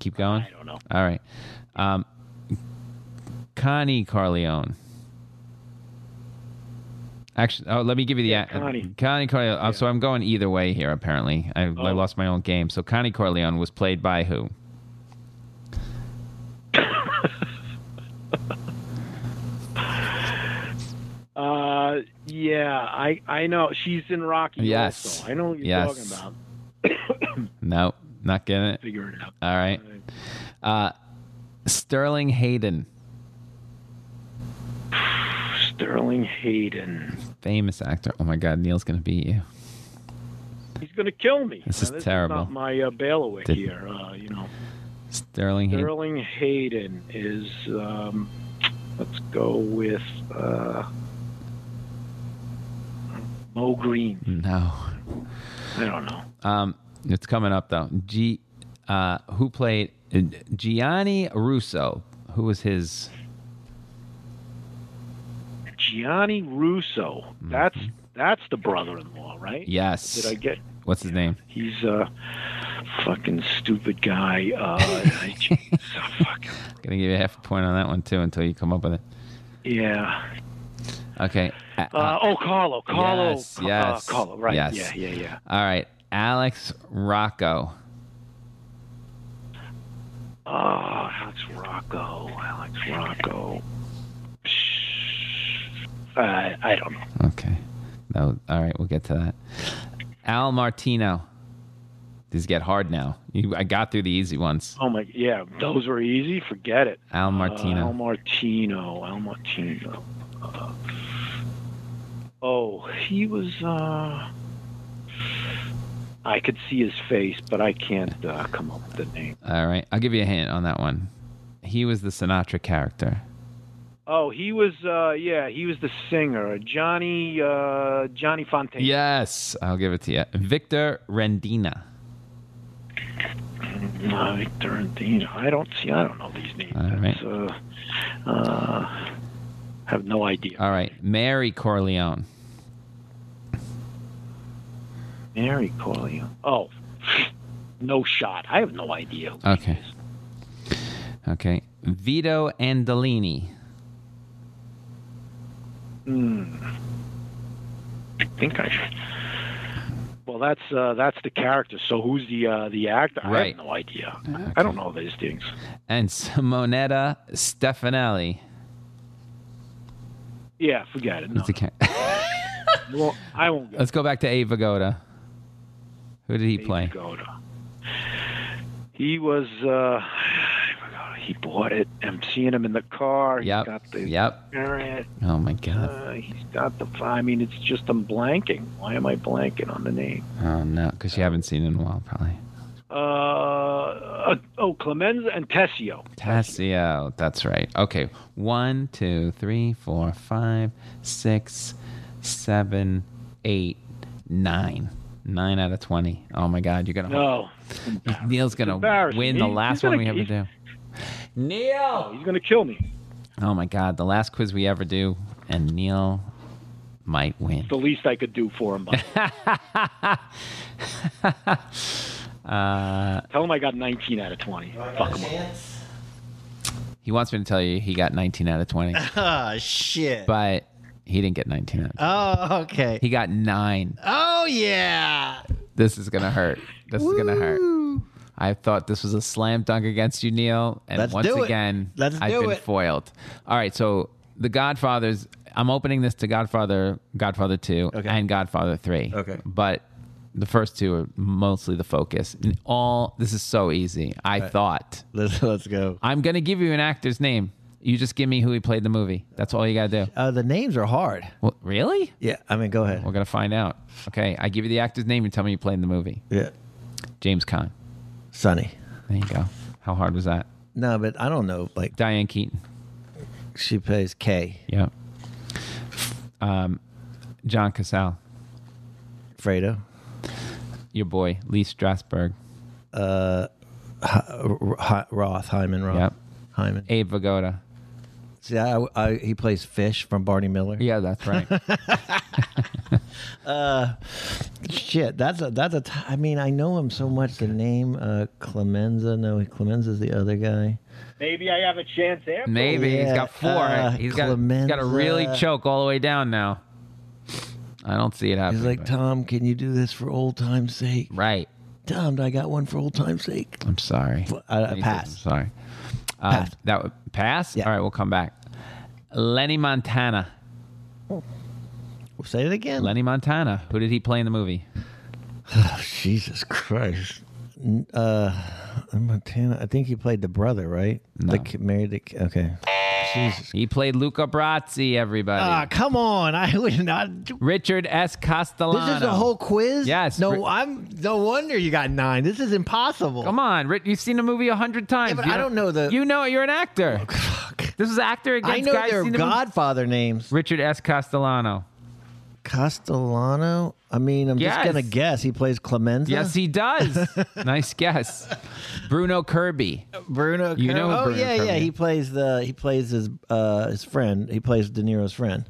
Speaker 7: Keep going.
Speaker 9: I don't know.
Speaker 7: All right. Um, Connie Carleone. Actually, oh, let me give you the
Speaker 9: Yeah,
Speaker 7: a-
Speaker 9: Connie.
Speaker 7: Connie Corleone. uh, So I'm going either way here. Apparently, I, I
Speaker 9: Oh.
Speaker 7: lost my own game. So Connie Corleone was played by who?
Speaker 9: Uh, yeah, I I know. She's in Rocky.
Speaker 7: Yes.
Speaker 9: Also. I know what you're
Speaker 7: Yes.
Speaker 9: talking about.
Speaker 7: No, not getting it.
Speaker 9: Figure it out.
Speaker 7: All right. Uh, Sterling Hayden,
Speaker 9: Uh, Sterling Hayden.
Speaker 7: famous actor. Oh my God, Neil's gonna beat you.
Speaker 9: He's gonna kill me.
Speaker 7: This
Speaker 9: Now,
Speaker 7: is terrible.
Speaker 9: not my uh, bailiwick
Speaker 7: Did-
Speaker 9: here. Uh, you know.
Speaker 7: Sterling Hayden.
Speaker 9: Sterling Hayden is. Um, let's go with uh, Mo Green.
Speaker 7: No.
Speaker 9: I don't know.
Speaker 7: Um, it's coming up though. G, uh, who played Gianni Russo? Who was his?
Speaker 9: Gianni Russo. That's that's the brother-in-law, right?
Speaker 7: Mm-hmm. Yes.
Speaker 9: Did I get?
Speaker 7: What's his name?
Speaker 9: He's a fucking stupid guy. Uh,
Speaker 7: [LAUGHS]
Speaker 9: I- jeez, oh, fuck.
Speaker 7: Gonna give you half a point on that one too until you come up with it.
Speaker 9: Yeah.
Speaker 7: Okay. A-
Speaker 9: Uh, oh, Carlo. Carlo.
Speaker 7: Yes, yes,
Speaker 9: Uh, Carlo. Right.
Speaker 7: yes.
Speaker 9: Yeah. Yeah. Yeah.
Speaker 7: all right, Alex Rocco.
Speaker 9: Oh, Alex Rocco. Alex Rocco. Uh, I don't know.
Speaker 7: Okay. No. All right, we'll get to that. Al Martino. These get hard now. You, I got through the easy ones.
Speaker 9: Oh my, yeah, those were easy. Forget it.
Speaker 7: Al
Speaker 9: Uh, Al
Speaker 7: Martino.
Speaker 9: Martino. Al Martino. Uh, oh, he was. uh I could see his face, but I can't uh, come up with the name.
Speaker 7: All right, I'll give you a hint on that one. He was the Sinatra character.
Speaker 9: Oh, he was. uh Yeah, he was the singer, Johnny uh Johnny Fontaine.
Speaker 7: Yes, I'll give it to you. Victor Rendina.
Speaker 9: No, Victor and Dino. I don't see. I don't know these names.
Speaker 7: All right.
Speaker 9: That's, uh, uh, have no idea.
Speaker 7: All right, Mary Corleone.
Speaker 9: Mary Corleone. Oh, no shot. I have no idea. who she
Speaker 7: Okay.
Speaker 9: is.
Speaker 7: Okay, Vito Andolini.
Speaker 9: I think I. Well, that's uh, that's the character. So who's the uh, the actor? I
Speaker 7: Right.
Speaker 9: have no idea. I don't know these things.
Speaker 7: and [LAUGHS] Simonetta Stefanelli.
Speaker 9: Yeah, forget it. No,
Speaker 7: It's a ca- [LAUGHS]
Speaker 9: no. Well, I won't go.
Speaker 7: Let's go back to Abe Vigoda. Who did he [LAUGHS] play?
Speaker 9: He was. Uh, I forgot. he bought it. I'm seeing him in the car. He's
Speaker 7: Yep.
Speaker 9: got the
Speaker 7: Yep.
Speaker 9: cigarette.
Speaker 7: Oh my god.
Speaker 9: Uh, he's got the. I mean, it's just I'm blanking. Why am I blanking on the name?
Speaker 7: Oh no, because you haven't seen it in a while, probably.
Speaker 9: Uh, uh oh, Clemenza and Tessio.
Speaker 7: Tassio. That's right. Okay. One, two, three, four, five, six, seven, eight, nine. Nine out of twenty. Oh my God! You're gonna.
Speaker 9: No,
Speaker 7: Neil's gonna
Speaker 9: Embarrassing.
Speaker 7: win the
Speaker 9: He-
Speaker 7: last
Speaker 9: he's gonna-
Speaker 7: one we ever
Speaker 9: he's-
Speaker 7: do. Neil.
Speaker 9: he's gonna kill me.
Speaker 7: Oh my God! The last quiz we ever do, and Neil might win.
Speaker 9: It's the least I could do for him.
Speaker 7: [LAUGHS] Uh,
Speaker 9: Tell him I got 19 out of 20. Fuck him. up.
Speaker 7: he wants me to tell you he got 19 out of 20,
Speaker 9: [LAUGHS]
Speaker 10: Oh shit.
Speaker 7: but he didn't get 19 out. Of 20.
Speaker 10: Oh okay.
Speaker 7: He got nine.
Speaker 10: Oh yeah.
Speaker 7: This is gonna hurt. This is gonna hurt. I thought this was a slam dunk against you, Neil, and
Speaker 10: Let's
Speaker 7: once
Speaker 10: do it.
Speaker 7: again,
Speaker 10: Let's
Speaker 7: I've
Speaker 10: do
Speaker 7: been
Speaker 10: it.
Speaker 7: foiled. All right, so the Godfathers. I'm opening this to Godfather, Godfather Two,
Speaker 10: Okay.
Speaker 7: and Godfather Three.
Speaker 10: Okay.
Speaker 7: but the first two are mostly the focus. And all this is so easy. I thought
Speaker 10: Let's let's go.
Speaker 7: I'm gonna give you an actor's name. You just give me who he played in the movie. That's all you gotta do.
Speaker 10: Uh, the names are hard.
Speaker 7: Well, really?
Speaker 10: Yeah, I mean, go ahead.
Speaker 7: We're gonna find out. Okay, I give you the actor's name. You tell me you played in the movie.
Speaker 10: Yeah,
Speaker 7: James Caan.
Speaker 10: Sonny.
Speaker 7: There you go. How hard was that?
Speaker 10: No, but I don't know. Like
Speaker 7: Diane Keaton.
Speaker 10: she plays K.
Speaker 7: Yeah. Um, John Cassell.
Speaker 10: Fredo.
Speaker 7: Your boy Lee Strasberg.
Speaker 10: R- Hi- Roth. Hyman Roth.
Speaker 7: Yep.
Speaker 10: Hyman.
Speaker 7: Abe Vigoda.
Speaker 10: See, I, I, he plays Fish from Barney Miller.
Speaker 7: Yeah,
Speaker 10: [LAUGHS]
Speaker 7: that's right.
Speaker 10: Shit, that's a that's a. T- I mean, I know him so much. The name uh, Clemenza. No, Clemenza's the other guy.
Speaker 9: Maybe I have a chance there.
Speaker 7: Maybe he's
Speaker 10: Yeah,
Speaker 7: got four.
Speaker 10: uh,
Speaker 7: he's got he's got to
Speaker 10: Clemenza.
Speaker 7: really choke all the way down now. I don't see it happening.
Speaker 10: He's like,
Speaker 7: but-
Speaker 10: Tom, can you do this for old time's sake?
Speaker 7: right.
Speaker 10: Tom, I got one for old time's sake.
Speaker 7: I'm sorry.
Speaker 10: Well, I- I
Speaker 7: He says,
Speaker 10: pass.
Speaker 7: I'm sorry. Uh,
Speaker 10: Pass.
Speaker 7: That would pass.
Speaker 10: Yeah.
Speaker 7: All right, we'll come back. Lenny Montana.
Speaker 10: Say it again. Oh,
Speaker 7: Lenny Montana. Who did he play in the movie?
Speaker 10: Jesus Christ. N- Uh, Montana. I think he played the brother, right? The kid married the. ki- Okay. Jesus.
Speaker 7: He played Luca Brazzi. Everybody.
Speaker 10: Ah, come on! I would not. do-
Speaker 7: Richard S. Castellano.
Speaker 10: This is a whole quiz.
Speaker 7: Yes,
Speaker 10: No,
Speaker 7: Ri-
Speaker 10: I'm. No wonder you got nine. This is impossible.
Speaker 7: Come on, Rick, you've seen the movie a hundred times.
Speaker 10: but
Speaker 7: You
Speaker 10: I don't know the-
Speaker 7: You know it, You're an actor.
Speaker 10: Fuck.
Speaker 7: This is actor against
Speaker 10: I know
Speaker 7: guys.
Speaker 10: their
Speaker 7: seen the movie-
Speaker 10: Godfather names.
Speaker 7: Richard S. Castellano.
Speaker 10: Castellano. I mean, I'm
Speaker 7: Yes.
Speaker 10: just gonna guess he plays Clemenza.
Speaker 7: Yes,
Speaker 10: [LAUGHS]
Speaker 7: he does. nice guess. Bruno Kirby.
Speaker 10: Bruno.
Speaker 7: You
Speaker 10: Cur-
Speaker 7: know
Speaker 10: Oh
Speaker 7: Bruno
Speaker 10: yeah,
Speaker 7: Kirby.
Speaker 10: yeah. He plays the. He plays his uh his friend. He plays De Niro's friend.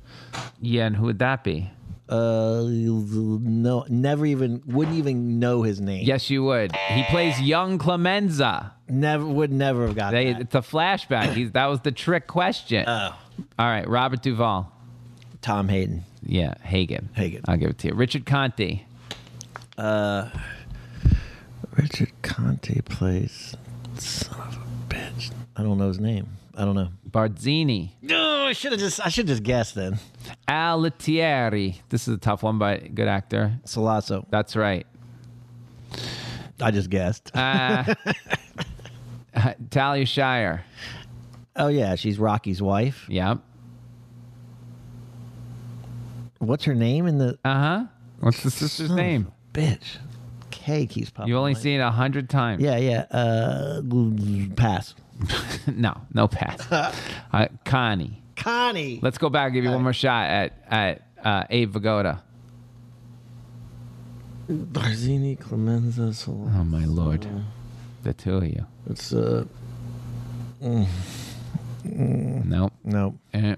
Speaker 7: Yeah, and who would that be?
Speaker 10: Uh, no, never even wouldn't even know his name.
Speaker 7: Yes, you would. He plays young Clemenza.
Speaker 10: never would never have got
Speaker 7: They,
Speaker 10: that.
Speaker 7: it's a flashback. He's, that was the trick question.
Speaker 10: Oh,
Speaker 7: All right, Robert Duvall.
Speaker 10: Tom Hayden.
Speaker 7: Yeah, Hagen.
Speaker 10: Hagen.
Speaker 7: I'll give it to you. Richard Conti.
Speaker 10: Richard Conte plays. Son of a bitch. I don't know his name. I don't know.
Speaker 7: Bardzini.
Speaker 10: No, I should have just. I should just guessed then.
Speaker 7: Al Lettieri. This is a tough one, but good actor.
Speaker 10: Salasso.
Speaker 7: That's right. [LAUGHS]
Speaker 10: I just guessed.
Speaker 7: Uh, uh, Talia Shire.
Speaker 10: oh yeah, she's Rocky's wife.
Speaker 7: Yep.
Speaker 10: What's her name in the
Speaker 7: Uh huh. What's the sister's
Speaker 10: Son of a [LAUGHS]
Speaker 7: name?
Speaker 10: Bitch. K keeps popping.
Speaker 7: You've only
Speaker 10: up.
Speaker 7: seen it a hundred times.
Speaker 10: Yeah, yeah. Uh, pass.
Speaker 7: [LAUGHS] no, no
Speaker 10: [LAUGHS]
Speaker 7: pass. uh, Connie.
Speaker 10: Connie.
Speaker 7: Let's go back. Give you one more shot at at uh, Abe Vigoda.
Speaker 10: Barzini, Clemenza, Sol-
Speaker 7: Oh my lord, the two of you.
Speaker 10: It's uh
Speaker 7: Nope.
Speaker 10: no.
Speaker 7: Eh.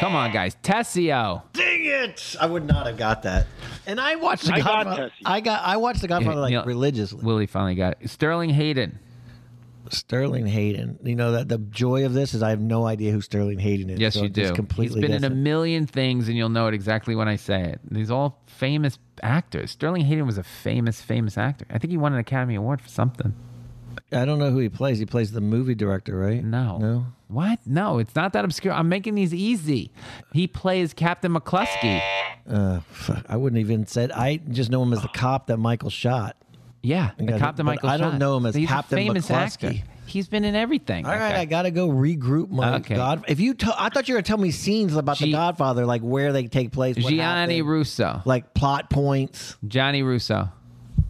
Speaker 7: Come on, guys. Tessio.
Speaker 10: Dang it! I would not have got that. And I watched the
Speaker 9: I got
Speaker 10: Godfather.
Speaker 9: Tessie.
Speaker 10: I got I watched the Godfather like
Speaker 7: Neil-
Speaker 10: religiously.
Speaker 7: Willie finally got it. Sterling Hayden.
Speaker 10: Sterling Hayden. You know that the joy of this is I have no idea who Sterling Hayden is.
Speaker 7: Yes,
Speaker 10: so
Speaker 7: you
Speaker 10: it just
Speaker 7: do.
Speaker 10: Completely.
Speaker 7: He's been in a
Speaker 10: guessing.
Speaker 7: million things, and you'll know it exactly when I say it. These all famous actors. Sterling Hayden was a famous, famous actor. I think he won an Academy Award for something.
Speaker 10: I don't know who he plays. He plays the movie director, right?
Speaker 7: No.
Speaker 10: No.
Speaker 7: What? No, it's not that obscure. I'm making these easy. He plays Captain McCluskey.
Speaker 10: Uh, [LAUGHS] fuck, I wouldn't even said. I just know him
Speaker 7: [SIGHS]
Speaker 10: as the cop that Michael shot.
Speaker 7: Yeah, the
Speaker 10: Yeah,
Speaker 7: Captain
Speaker 10: but
Speaker 7: Michael.
Speaker 10: I don't
Speaker 7: Shot.
Speaker 10: know him as
Speaker 7: He's a
Speaker 10: Captain
Speaker 7: famous
Speaker 10: McCluskey.
Speaker 7: actor. He's been in everything.
Speaker 10: All right,
Speaker 7: Okay.
Speaker 10: I gotta go regroup my
Speaker 7: Okay.
Speaker 10: God. If you, to- I thought you were telling me scenes about
Speaker 7: G-
Speaker 10: the Godfather, like where they take place, what
Speaker 7: Gianni
Speaker 10: happened,
Speaker 7: Russo.
Speaker 10: like plot points.
Speaker 7: Johnny Russo.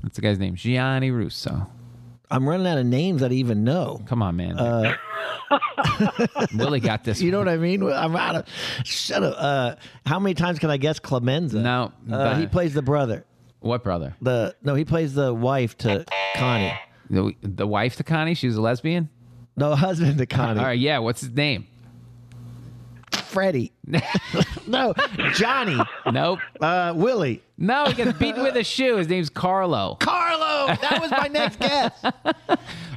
Speaker 7: That's the guy's name. Gianni Russo.
Speaker 10: I'm running out of names that I even know. [LAUGHS]
Speaker 7: Come on, man. Willie got this.
Speaker 10: Uh, You know what I mean? I'm out of. Shut up. Uh, how many times can I guess Clemenza?
Speaker 7: No,
Speaker 10: uh,
Speaker 7: die.
Speaker 10: he plays the brother.
Speaker 7: What brother?
Speaker 10: The no, he plays the wife to Connie.
Speaker 7: The, the wife to Connie? She was a lesbian?
Speaker 10: No, husband to Connie.
Speaker 7: All right, yeah. What's his name? [LAUGHS]
Speaker 10: Freddie. no, Johnny.
Speaker 7: Nope.
Speaker 10: Uh, Willie.
Speaker 7: No, he gets beat with a shoe. His name's Carlo.
Speaker 10: Carlo. That was my next
Speaker 7: [LAUGHS]
Speaker 10: guess. Can't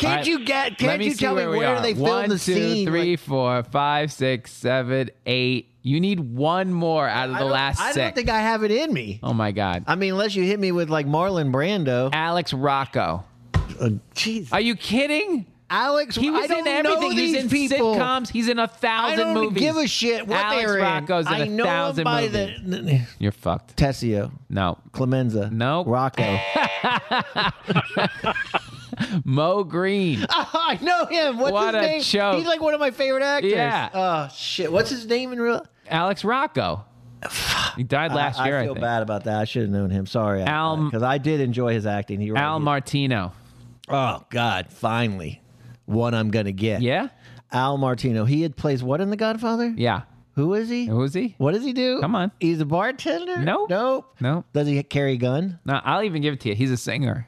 Speaker 7: right,
Speaker 10: you get?
Speaker 7: Let
Speaker 10: Can't you
Speaker 7: see
Speaker 10: tell me
Speaker 7: we
Speaker 10: where
Speaker 7: are.
Speaker 10: they filmed
Speaker 7: One,
Speaker 10: the
Speaker 7: two,
Speaker 10: scene?
Speaker 7: three,
Speaker 10: Like,
Speaker 7: four, five, six, seven, eight. You need one more out of
Speaker 10: I
Speaker 7: the
Speaker 10: don't-
Speaker 7: last
Speaker 10: I
Speaker 7: six.
Speaker 10: don't think I have it in me.
Speaker 7: oh my God.
Speaker 10: I mean, unless you hit me with like Marlon Brando. Oh,
Speaker 7: Alex Rocco.
Speaker 10: Jeez,
Speaker 7: Are you kidding?
Speaker 10: Alex,
Speaker 7: He was
Speaker 10: I don't
Speaker 7: in everything.
Speaker 10: know
Speaker 7: He's
Speaker 10: these
Speaker 7: in
Speaker 10: people.
Speaker 7: sitcoms. He's in a
Speaker 10: I
Speaker 7: thousand
Speaker 10: don't
Speaker 7: movies.
Speaker 10: give a shit what
Speaker 7: Alex
Speaker 10: they're
Speaker 7: Rocco's in
Speaker 10: in. I
Speaker 7: a
Speaker 10: know
Speaker 7: thousand
Speaker 10: them by
Speaker 7: movies.
Speaker 10: the
Speaker 7: You're fucked.
Speaker 10: Tessio,
Speaker 7: No.
Speaker 10: Clemenza,
Speaker 7: Nope.
Speaker 10: Rocco.
Speaker 7: Mo Green.
Speaker 10: [LAUGHS] I know him. What's
Speaker 7: What
Speaker 10: his
Speaker 7: a
Speaker 10: name?
Speaker 7: joke.
Speaker 10: He's like one of my favorite actors.
Speaker 7: Yeah.
Speaker 10: Oh shit. What's his name in real?
Speaker 7: Alex Rocco. He died last
Speaker 10: Uh, I,
Speaker 7: year, I,
Speaker 10: I feel
Speaker 7: think.
Speaker 10: bad about that. I should have known him. Sorry,
Speaker 7: Al-
Speaker 10: because I did enjoy his acting. He
Speaker 7: Al
Speaker 10: really-
Speaker 7: Martino.
Speaker 10: Oh God! Finally, one I'm gonna get.
Speaker 7: Yeah?
Speaker 10: Al Martino. He had plays what in The Godfather?
Speaker 7: Yeah.
Speaker 10: Who is he?
Speaker 7: Who is he?
Speaker 10: What does he do?
Speaker 7: Come on.
Speaker 10: He's a bartender.
Speaker 7: Nope.
Speaker 10: Nope.
Speaker 7: No.
Speaker 10: Does he carry a gun?
Speaker 7: No, I'll even give it to you. He's a singer.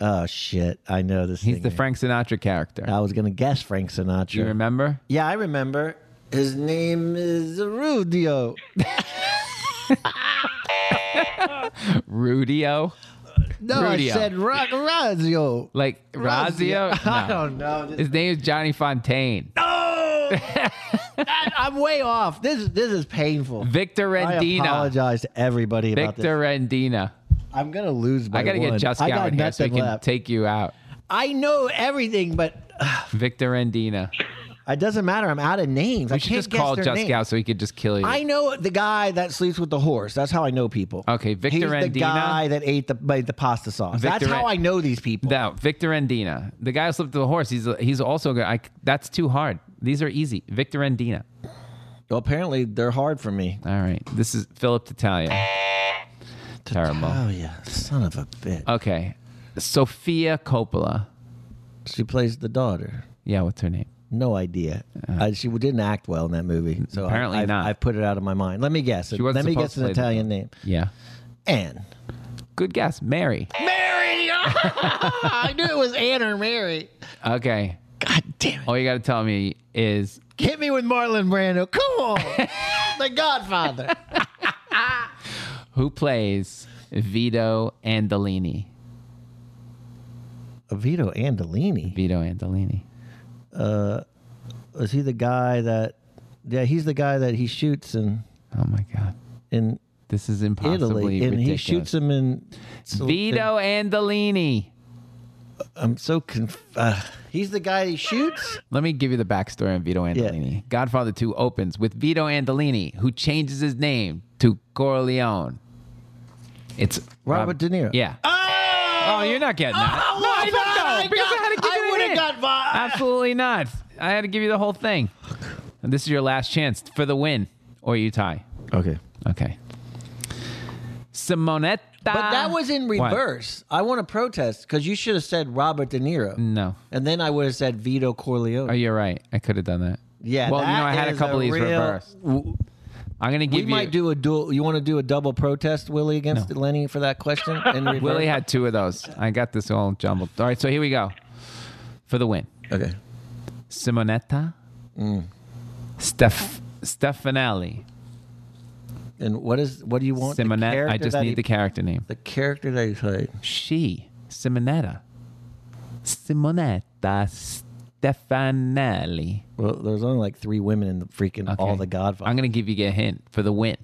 Speaker 10: Oh shit! I know this.
Speaker 7: He's
Speaker 10: singer.
Speaker 7: the Frank Sinatra character.
Speaker 10: I was gonna guess Frank Sinatra.
Speaker 7: You remember?
Speaker 10: Yeah, I remember. His name is Rudio.
Speaker 7: Rudio.
Speaker 10: No,
Speaker 7: Rudio.
Speaker 10: I said Ra- Razio.
Speaker 7: Like
Speaker 10: [LAUGHS]
Speaker 7: Razio.
Speaker 10: I
Speaker 7: No.
Speaker 10: don't know. This-
Speaker 7: His name is Johnny Fontaine. [LAUGHS]
Speaker 10: no, That- I'm way off. This is this is painful.
Speaker 7: Victor Rendina.
Speaker 10: I apologize to everybody about
Speaker 7: Victor
Speaker 10: this.
Speaker 7: Rendina.
Speaker 10: I'm gonna lose. By
Speaker 7: I gotta
Speaker 10: one.
Speaker 7: get Just
Speaker 10: I got
Speaker 7: Gowan here so
Speaker 10: nothing
Speaker 7: he can
Speaker 10: left.
Speaker 7: take you out.
Speaker 10: I know everything, but [SIGHS]
Speaker 7: Victor Rendina.
Speaker 10: it doesn't matter. I'm out of names. I
Speaker 7: We should
Speaker 10: can't
Speaker 7: just
Speaker 10: guess
Speaker 7: call
Speaker 10: their
Speaker 7: Just
Speaker 10: name.
Speaker 7: Gow so he could just kill you.
Speaker 10: I know the guy that sleeps with the horse. That's how I know people.
Speaker 7: Okay, Victor
Speaker 10: He's
Speaker 7: Rendina.
Speaker 10: the guy that ate the made the pasta sauce. That's
Speaker 7: Victor
Speaker 10: how I
Speaker 7: Ren-
Speaker 10: know these people.
Speaker 7: No, Victor Rendina. The guy who slipped to the horse. He's he's also good. I, that's too hard. These are easy. Victor Rendina.
Speaker 10: Well, apparently they're hard for me.
Speaker 7: All right. This is Philip Titalia. Terrible.
Speaker 10: Oh yeah, son of a bitch.
Speaker 7: Okay. Sophia Coppola.
Speaker 10: she plays the daughter.
Speaker 7: Yeah, what's her name?
Speaker 10: No idea. I, she didn't act well in that movie. So I-
Speaker 7: Uh-huh. Apparently
Speaker 10: I've,
Speaker 7: not.
Speaker 10: I've put it out of my mind. Let me guess.
Speaker 7: She
Speaker 10: Let
Speaker 7: wasn't
Speaker 10: me
Speaker 7: supposed
Speaker 10: guess
Speaker 7: to
Speaker 10: an
Speaker 7: play the
Speaker 10: Italian name.
Speaker 7: Yeah.
Speaker 10: Anne.
Speaker 7: Good guess. Mary.
Speaker 10: Mary. [LAUGHS] I knew it was Anne or Mary.
Speaker 7: Okay.
Speaker 10: God damn it!
Speaker 7: All you got to tell me is
Speaker 10: Hit me with Marlon Brando. Come on, [LAUGHS] The Godfather.
Speaker 7: who plays Vito Andolini?
Speaker 10: [LAUGHS] Vito Andolini.
Speaker 7: Vito Andolini.
Speaker 10: Is he the guy that? Yeah, he's the guy that he shoots in
Speaker 7: Oh my God.
Speaker 10: in
Speaker 7: This is impossibly
Speaker 10: Italy, and
Speaker 7: ridiculous.
Speaker 10: he shoots him in.
Speaker 7: Vito Andolini.
Speaker 10: I'm so conf- uh, He's the guy he shoots.
Speaker 7: Let me give you the backstory on Vito Andolini. Godfather 2 opens with Vito Andolini, who changes his name to Corleone. It's
Speaker 10: Robert De Niro.
Speaker 7: Yeah.
Speaker 10: Oh,
Speaker 7: Oh, you're not getting that.
Speaker 10: Oh,
Speaker 7: no,
Speaker 10: I
Speaker 7: I
Speaker 10: thought
Speaker 7: don't know.
Speaker 10: I
Speaker 7: Because I
Speaker 10: got-
Speaker 7: had to give
Speaker 10: I
Speaker 7: you a
Speaker 10: would've
Speaker 7: hint.
Speaker 10: got my-
Speaker 7: Absolutely not. I had to give you the whole thing. And this is your last chance for the win, or you tie.
Speaker 10: Okay.
Speaker 7: Okay. Simonetta.
Speaker 10: But
Speaker 7: Ah.
Speaker 10: that was in reverse. I want to protest because you should have said Robert De Niro.
Speaker 7: No.
Speaker 10: And then I would have said Vito
Speaker 7: Oh,
Speaker 10: Corleone.
Speaker 7: you're right. I could have done that.
Speaker 10: Yeah.
Speaker 7: Well, you know,
Speaker 10: that
Speaker 7: I had a
Speaker 10: is
Speaker 7: couple of these
Speaker 10: real-
Speaker 7: reversed.
Speaker 10: W-
Speaker 7: I'm going to
Speaker 10: We
Speaker 7: give you.
Speaker 10: might do a dual. You want to do a double protest, Willie, against Lenny for that question? In reverse?
Speaker 7: Willie had two of those. I got this all jumbled. All right, so here we go for the win.
Speaker 10: Okay.
Speaker 7: Simonetta,
Speaker 10: Mm.
Speaker 7: Steph, Stefanelli,
Speaker 10: And what is what do you want? the
Speaker 7: Simonetta. I
Speaker 10: character
Speaker 7: just
Speaker 10: that
Speaker 7: need
Speaker 10: he-
Speaker 7: the character name.
Speaker 10: the character that he played.
Speaker 7: She, Simonetta, Simonetta, Stefanelli.
Speaker 10: Well, there's only like three women in the freaking all
Speaker 7: Okay.
Speaker 10: the Godfather.
Speaker 7: I'm gonna give you a hint for the win,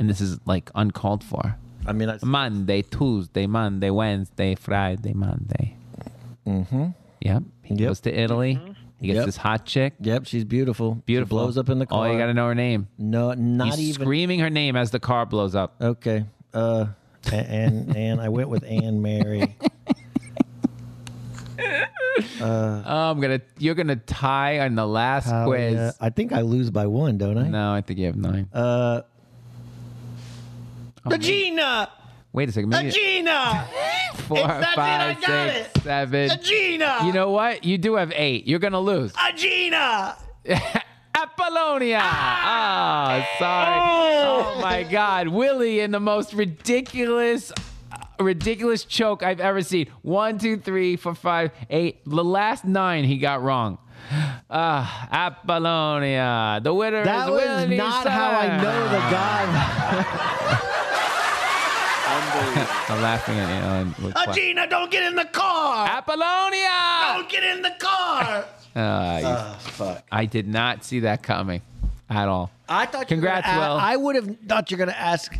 Speaker 7: and this is like uncalled for.
Speaker 10: I mean, that's,
Speaker 7: Monday, Tuesday, Monday, Wednesday, Friday, Monday. Mm-hmm. Yep. He
Speaker 10: Yep.
Speaker 7: goes to Italy. He gets
Speaker 10: Yep.
Speaker 7: this hot chick.
Speaker 10: yep, she's beautiful. She
Speaker 7: Beautiful.
Speaker 10: blows up in the car.
Speaker 7: Oh, you gotta know her name.
Speaker 10: No, not
Speaker 7: He's
Speaker 10: even.
Speaker 7: screaming her name as the car blows up.
Speaker 10: Okay. Uh, a- and and I went with Anne Mary.
Speaker 7: Uh, I'm gonna. You're gonna tie on the last
Speaker 10: Hell
Speaker 7: quiz.
Speaker 10: Oh, yeah. I think I lose by one, don't I?
Speaker 7: No, I think you have nine. Oh,
Speaker 10: Uh,
Speaker 8: Regina!
Speaker 7: Wait a second. Maybe
Speaker 8: Regina!
Speaker 7: [LAUGHS] four,
Speaker 8: It's not it, I
Speaker 7: five,
Speaker 8: got
Speaker 7: six,
Speaker 8: it.
Speaker 7: seven.
Speaker 8: Regina!
Speaker 7: You know what? You do have eight. You're gonna lose.
Speaker 8: Regina!
Speaker 7: Apollonia. Ah, sorry. Oh my God, Willie in the most ridiculous, uh, ridiculous choke I've ever seen. One, two, three, four, five, eight. The last nine he got wrong. Ah, Apollonia. The winner
Speaker 10: that
Speaker 7: is
Speaker 10: was
Speaker 7: Willie
Speaker 10: not how I
Speaker 7: Sayer.
Speaker 10: know the
Speaker 7: [LAUGHS]
Speaker 10: guy.
Speaker 7: I'm laughing at you. Ellen, with
Speaker 10: Oh,
Speaker 7: clap.
Speaker 8: Regina, don't get in the car!
Speaker 10: Oh,
Speaker 7: Apollonia.
Speaker 8: get in the
Speaker 7: [LAUGHS]
Speaker 8: car!
Speaker 7: Ah, you-
Speaker 8: oh, fuck.
Speaker 7: I did not see that coming at all.
Speaker 10: I thought. you were
Speaker 7: Congrats,
Speaker 10: gonna a-
Speaker 7: Will.
Speaker 10: I would have thought you're gonna ask.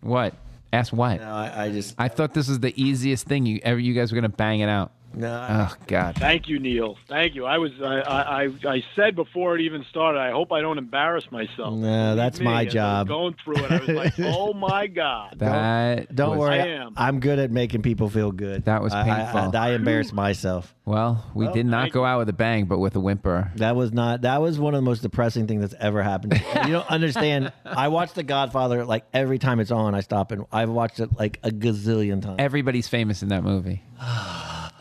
Speaker 7: What? Ask what?
Speaker 10: [SIGHS] No, I, I just
Speaker 7: I thought this was the easiest thing you ever. You guys were gonna bang it out.
Speaker 10: no. I-
Speaker 7: Oh God.
Speaker 9: Thank you, Neil. Thank you. I was I, I, I- I said before it even started. I hope I don't embarrass myself.
Speaker 10: No,
Speaker 9: Believe
Speaker 10: that's
Speaker 9: me,
Speaker 10: my
Speaker 9: as I was
Speaker 10: job.
Speaker 9: going through it, I
Speaker 10: [LAUGHS]
Speaker 9: was like, oh my god.
Speaker 7: That
Speaker 10: Don't
Speaker 7: was-
Speaker 10: worry.
Speaker 9: I am.
Speaker 10: I'm good at making people feel good.
Speaker 7: That was
Speaker 10: I- I-
Speaker 7: painful.
Speaker 10: I, I embarrassed myself.
Speaker 7: Well, we did not
Speaker 9: thank
Speaker 7: go out with a bang, but with a whimper.
Speaker 10: That was not. That was one of the most depressing things that's ever happened. you
Speaker 7: [LAUGHS]
Speaker 10: don't understand. I watch The Godfather like every time it's on. I stop and I've watched it like a gazillion times.
Speaker 7: Everybody's famous in
Speaker 10: [SIGHS]
Speaker 7: that movie.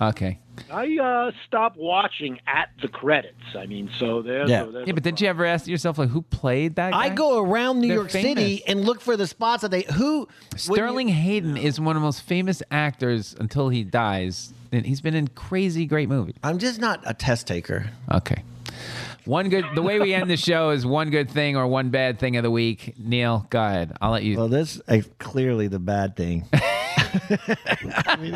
Speaker 7: Okay.
Speaker 9: I uh, stopped watching at the credits. I mean, so there's
Speaker 10: Yeah.
Speaker 9: a- there's
Speaker 7: Yeah,
Speaker 9: a
Speaker 7: but did
Speaker 9: problem.
Speaker 7: you ever ask yourself like who played that? Guy?
Speaker 10: I go around New
Speaker 7: They're
Speaker 10: York City
Speaker 7: famous.
Speaker 10: and look for the spots that they who when you-
Speaker 7: Sterling Hayden is one of the most famous actors until he dies, and he's been in crazy great movies.
Speaker 10: I'm just not a test taker.
Speaker 7: Okay. One good. The way we end the show is one good thing or one bad thing of the week. Neil, go ahead. I'll let you.
Speaker 10: Well, this is clearly the bad
Speaker 7: [LAUGHS]
Speaker 10: thing. I mean,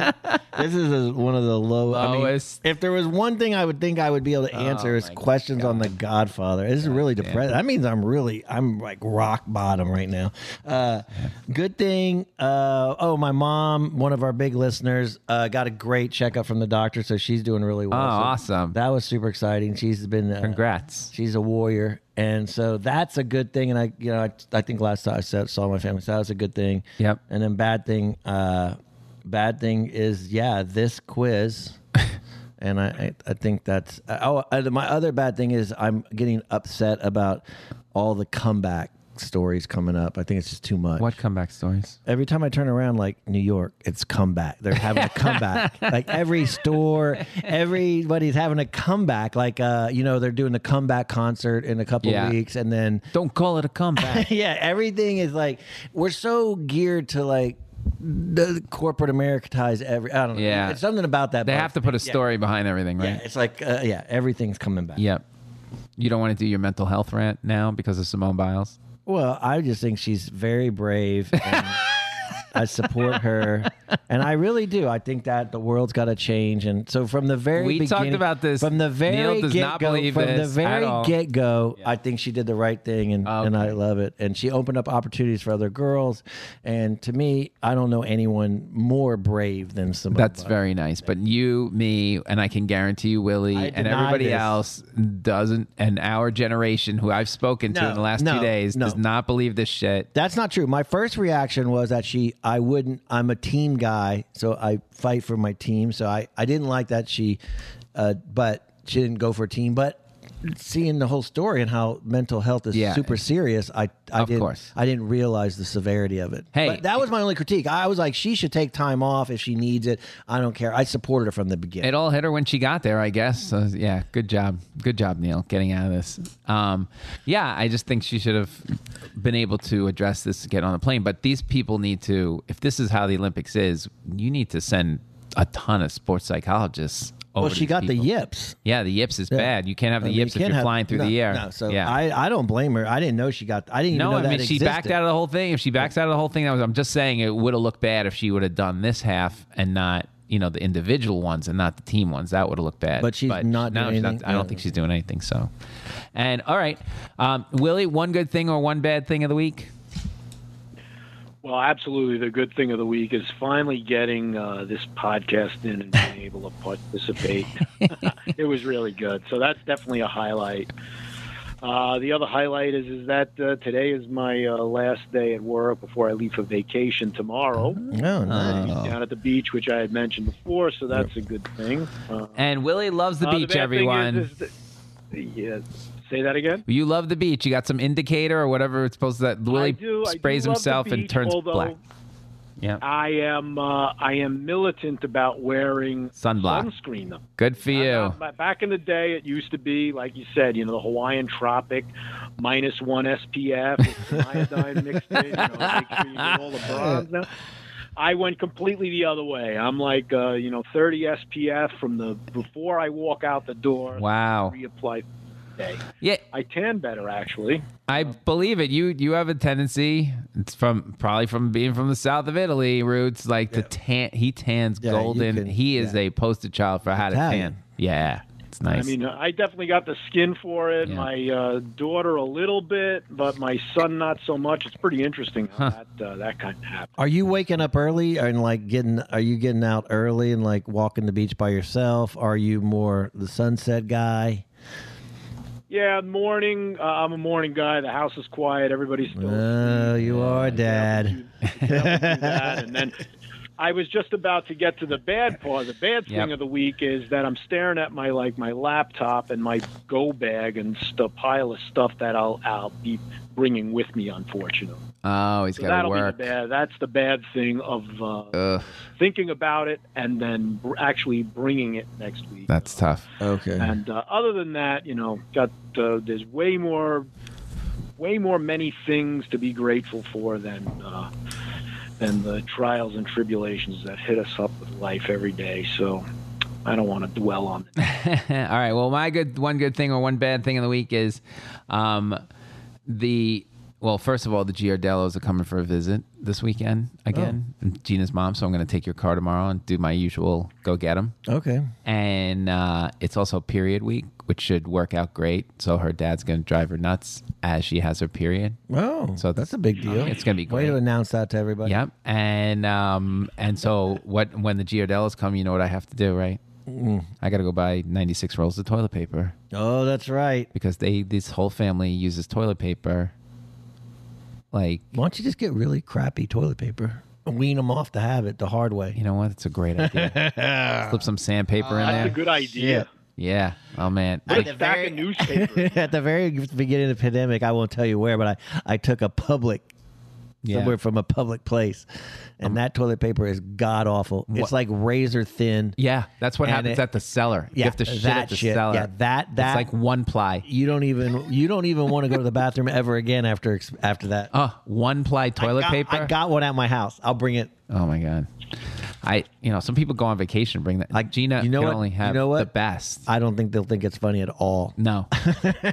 Speaker 10: this is a, one of the low,
Speaker 7: Lowest. Oh
Speaker 10: I mean, if there was one thing I would think I would be able to answer is
Speaker 7: my
Speaker 10: questions on The Godfather. This is really depressing. That means I'm really, I'm like rock bottom right now. Uh, good thing. Uh, oh, my mom, one of our big listeners, uh, got a great checkup from the doctor, so she's doing really well.
Speaker 7: Oh,
Speaker 10: So
Speaker 7: awesome.
Speaker 10: That was super exciting. She's been uh,
Speaker 7: Congrats.
Speaker 10: She's a warrior, and so that's a good thing. And I, you know, I, I think last time I saw, saw my family, so that was a good thing.
Speaker 7: Yep.
Speaker 10: And then bad thing, uh, bad thing is yeah, this quiz,
Speaker 7: [LAUGHS]
Speaker 10: and I, I, I think that's oh, and my other bad thing is I'm getting upset about all the comeback stories coming up. I think it's just too much.
Speaker 7: What comeback stories?
Speaker 10: Every time I turn around, like New York, it's comeback. They're having a
Speaker 7: [LAUGHS]
Speaker 10: comeback. like every store, everybody's having a comeback. Like uh, you know, they're doing the comeback concert in a couple
Speaker 7: Yeah.
Speaker 10: weeks, and then
Speaker 7: Don't call it
Speaker 10: [LAUGHS]
Speaker 7: a comeback.
Speaker 10: yeah, everything is like we're so geared to like the corporate Americanize every. I don't know.
Speaker 7: Yeah.
Speaker 10: it's something about that.
Speaker 7: they
Speaker 10: bugs
Speaker 7: have to put
Speaker 10: me.
Speaker 7: a story behind everything,
Speaker 10: Yeah,
Speaker 7: right?
Speaker 10: it's like uh, yeah, everything's coming back.
Speaker 7: Yep. You don't want to do your mental health rant now because of Simone Biles.
Speaker 10: Well, I just think she's very brave. And I support her, and I really do. I think that the world's got to change, and so from the very
Speaker 7: We talked
Speaker 10: beginning,
Speaker 7: about this.
Speaker 10: from the very
Speaker 7: Neil does
Speaker 10: get
Speaker 7: not
Speaker 10: go.
Speaker 7: believe
Speaker 10: from the
Speaker 7: this at
Speaker 10: very
Speaker 7: all.
Speaker 10: get go, I think she did the right thing, and and I love it. And she opened up opportunities for other girls, and to me, I don't know anyone more brave than Simone.
Speaker 7: That's
Speaker 10: Biles.
Speaker 7: very nice. But you, me, and I can guarantee you, Willie,
Speaker 10: I
Speaker 7: and
Speaker 10: deny
Speaker 7: everybody
Speaker 10: this.
Speaker 7: else doesn't, and our generation who I've spoken to
Speaker 10: No,
Speaker 7: in the last
Speaker 10: no,
Speaker 7: two days
Speaker 10: no.
Speaker 7: does not believe this shit.
Speaker 10: That's not true. My first reaction was that she, I wouldn't, I'm a team guy, so I fight for my team. So I, I didn't like that she, uh, but she didn't go for a team. But seeing the whole story and how mental health is
Speaker 7: Yeah.
Speaker 10: super serious, I, I
Speaker 7: Of
Speaker 10: didn't,
Speaker 7: course.
Speaker 10: I didn't realize the severity of it.
Speaker 7: Hey.
Speaker 10: but that was my only critique. I was like, she should take time off if she needs it. I don't care. I supported her from the beginning.
Speaker 7: It all hit her when she got there, I guess. So, yeah, good job, good job, Neil, getting out of this. Um, yeah, I just think she should have been able to address this, get on a plane. But these people need to. If this is how the Olympics is, you need to send a ton of sports psychologists. Over
Speaker 10: well,
Speaker 7: to
Speaker 10: she
Speaker 7: these
Speaker 10: got
Speaker 7: people.
Speaker 10: the yips.
Speaker 7: Yeah, the yips is bad. You can't have
Speaker 10: I
Speaker 7: the
Speaker 10: mean,
Speaker 7: yips
Speaker 10: you
Speaker 7: if
Speaker 10: can't
Speaker 7: you're
Speaker 10: have-
Speaker 7: flying through
Speaker 10: no,
Speaker 7: the air.
Speaker 10: No, so
Speaker 7: yeah.
Speaker 10: I, I don't blame her. I didn't know she got. I didn't even
Speaker 7: no,
Speaker 10: know
Speaker 7: I
Speaker 10: that
Speaker 7: mean she backed
Speaker 10: existed.
Speaker 7: out of the whole thing. If she backs out of the whole thing, I was I'm just saying it would have looked bad if she would have done this half and not you know the individual ones and not the team ones. That would have looked bad.
Speaker 10: But she's not
Speaker 7: no,
Speaker 10: doing
Speaker 7: she's
Speaker 10: anything?
Speaker 7: I don't
Speaker 10: No.
Speaker 7: think she's doing anything. So, and all right, um, Willie, one good thing or one bad thing of the week?
Speaker 9: Well, absolutely. The good thing of the week is finally getting uh, this podcast in and being
Speaker 7: [LAUGHS]
Speaker 9: able to participate. it was really good. So that's definitely a highlight. Uh, the other highlight is is that uh, today is my uh, last day at work before I leave for vacation tomorrow.
Speaker 7: Oh.
Speaker 8: No, nice.
Speaker 9: Uh, down at the beach, which I had mentioned before, so that's a good thing. Uh,
Speaker 7: And Willie loves the
Speaker 9: uh,
Speaker 7: beach,
Speaker 9: bad thing is-
Speaker 7: everyone.
Speaker 9: is that- yeah, say that again.
Speaker 7: you love the beach. You got some indicator or whatever it's supposed to that Willie
Speaker 9: I do, I do
Speaker 7: sprays
Speaker 9: love the
Speaker 7: himself and
Speaker 9: beach,
Speaker 7: turns
Speaker 9: although
Speaker 7: black. Yeah.
Speaker 9: I am uh, I am militant about wearing
Speaker 7: Sunblock.
Speaker 9: sunscreen though.
Speaker 7: Good for you.
Speaker 9: Uh, Back in the day, it used to be like you said, you know, the Hawaiian tropic, minus one SPF, with some iodine mixed in. You know, make sure you get all the bronze. Now, I went completely the other way. I'm like, uh, you know, 30 SPF from the before I walk out the door.
Speaker 7: Wow.
Speaker 9: Reapply. Day.
Speaker 7: Yeah,
Speaker 9: I tan better actually.
Speaker 7: I believe it. You you have a tendency. It's from probably from being from the south of Italy roots. Like the tan, he tans
Speaker 10: Yeah, you
Speaker 7: golden.
Speaker 10: can-
Speaker 7: he is a poster child for how to
Speaker 10: Italian.
Speaker 7: tan. Yeah, it's nice.
Speaker 9: I mean, I definitely got the skin for it.
Speaker 7: Yeah.
Speaker 9: My uh, daughter a little bit, but my son not so much. It's pretty interesting how that uh, that kind of happens.
Speaker 10: Are you waking up early and like getting? Are you getting out early and like walking the beach by yourself? Are you more the sunset guy?
Speaker 9: Yeah, morning. Uh, I'm a morning guy. The house is quiet. Everybody's still.
Speaker 10: Oh, you are, Dad.
Speaker 9: that, and then I was just about to get to the bad part. The bad thing
Speaker 7: Yep.
Speaker 9: of the week is that I'm staring at my like my laptop and my go bag and the pile of stuff that I'll I'll be bringing with me, unfortunately.
Speaker 7: oh, he's
Speaker 9: So
Speaker 7: got to
Speaker 9: that'll
Speaker 7: work.
Speaker 9: be the bad. That's the bad thing of uh,
Speaker 7: Ugh,
Speaker 9: thinking about it and then br- actually bringing it next week.
Speaker 7: that's tough. [LAUGHS]
Speaker 10: Okay.
Speaker 9: And uh, other than that, you know, got uh, there's way more, way more many things to be grateful for than uh, than the trials and tribulations that hit us up with life every day. So I don't want to dwell on it.
Speaker 7: All right. Well, my good one good thing or one bad thing of the week is um, the well, first of all, the Giardellos are coming for a visit this weekend
Speaker 10: Oh.
Speaker 7: again. Gina's mom, so I'm going to take your car tomorrow and do my usual go get them.
Speaker 10: Okay.
Speaker 7: and uh, it's also period week, which should work out great. So her dad's going to drive her nuts as she has her period.
Speaker 10: Oh,
Speaker 7: So
Speaker 10: so that's a big deal.
Speaker 7: It's gonna be
Speaker 10: Way to
Speaker 7: great.
Speaker 10: announce that to everybody.
Speaker 7: Yep. And um, and so what? When the Giardellas come, you know what I have to do, right?
Speaker 10: Mm.
Speaker 7: I got to go buy 96 rolls of toilet paper
Speaker 10: Oh, that's right.
Speaker 7: because they this whole family uses toilet paper. Like
Speaker 10: Why don't you just get really crappy toilet paper and wean them off the habit the hard way?
Speaker 7: you know what? It's a great idea.
Speaker 9: [LAUGHS]
Speaker 7: Slip some sandpaper in
Speaker 9: That's a
Speaker 7: there. [LAUGHS]
Speaker 9: good idea.
Speaker 7: Yeah. Oh man.
Speaker 9: Put a stack of newspapers.
Speaker 10: [LAUGHS] At the very beginning of the pandemic, I won't tell you where, but I, I took a public
Speaker 7: Yeah. Um,
Speaker 10: somewhere from a public place, and that toilet paper is god awful.
Speaker 7: What-
Speaker 10: It's like razor thin.
Speaker 7: Yeah, that's what
Speaker 10: And
Speaker 7: happens
Speaker 10: it-
Speaker 7: at the cellar. you
Speaker 10: Yeah,
Speaker 7: have to shit
Speaker 10: that
Speaker 7: at the
Speaker 10: shit.
Speaker 7: cellar.
Speaker 10: Yeah, that-
Speaker 7: it's
Speaker 10: that-
Speaker 7: like one ply.
Speaker 10: You don't even you don't even want to go to the bathroom ever again after ex- after that.
Speaker 7: Oh, one ply toilet
Speaker 10: I got-
Speaker 7: paper.
Speaker 10: I got one at my house. I'll bring it.
Speaker 7: oh my god. I you know some people go on vacation and bring that.
Speaker 10: I-
Speaker 7: Like Gina
Speaker 10: you know
Speaker 7: can
Speaker 10: what?
Speaker 7: only
Speaker 10: You
Speaker 7: have
Speaker 10: know
Speaker 7: the
Speaker 10: what?
Speaker 7: best.
Speaker 10: I don't think they'll think it's funny at all.
Speaker 7: no,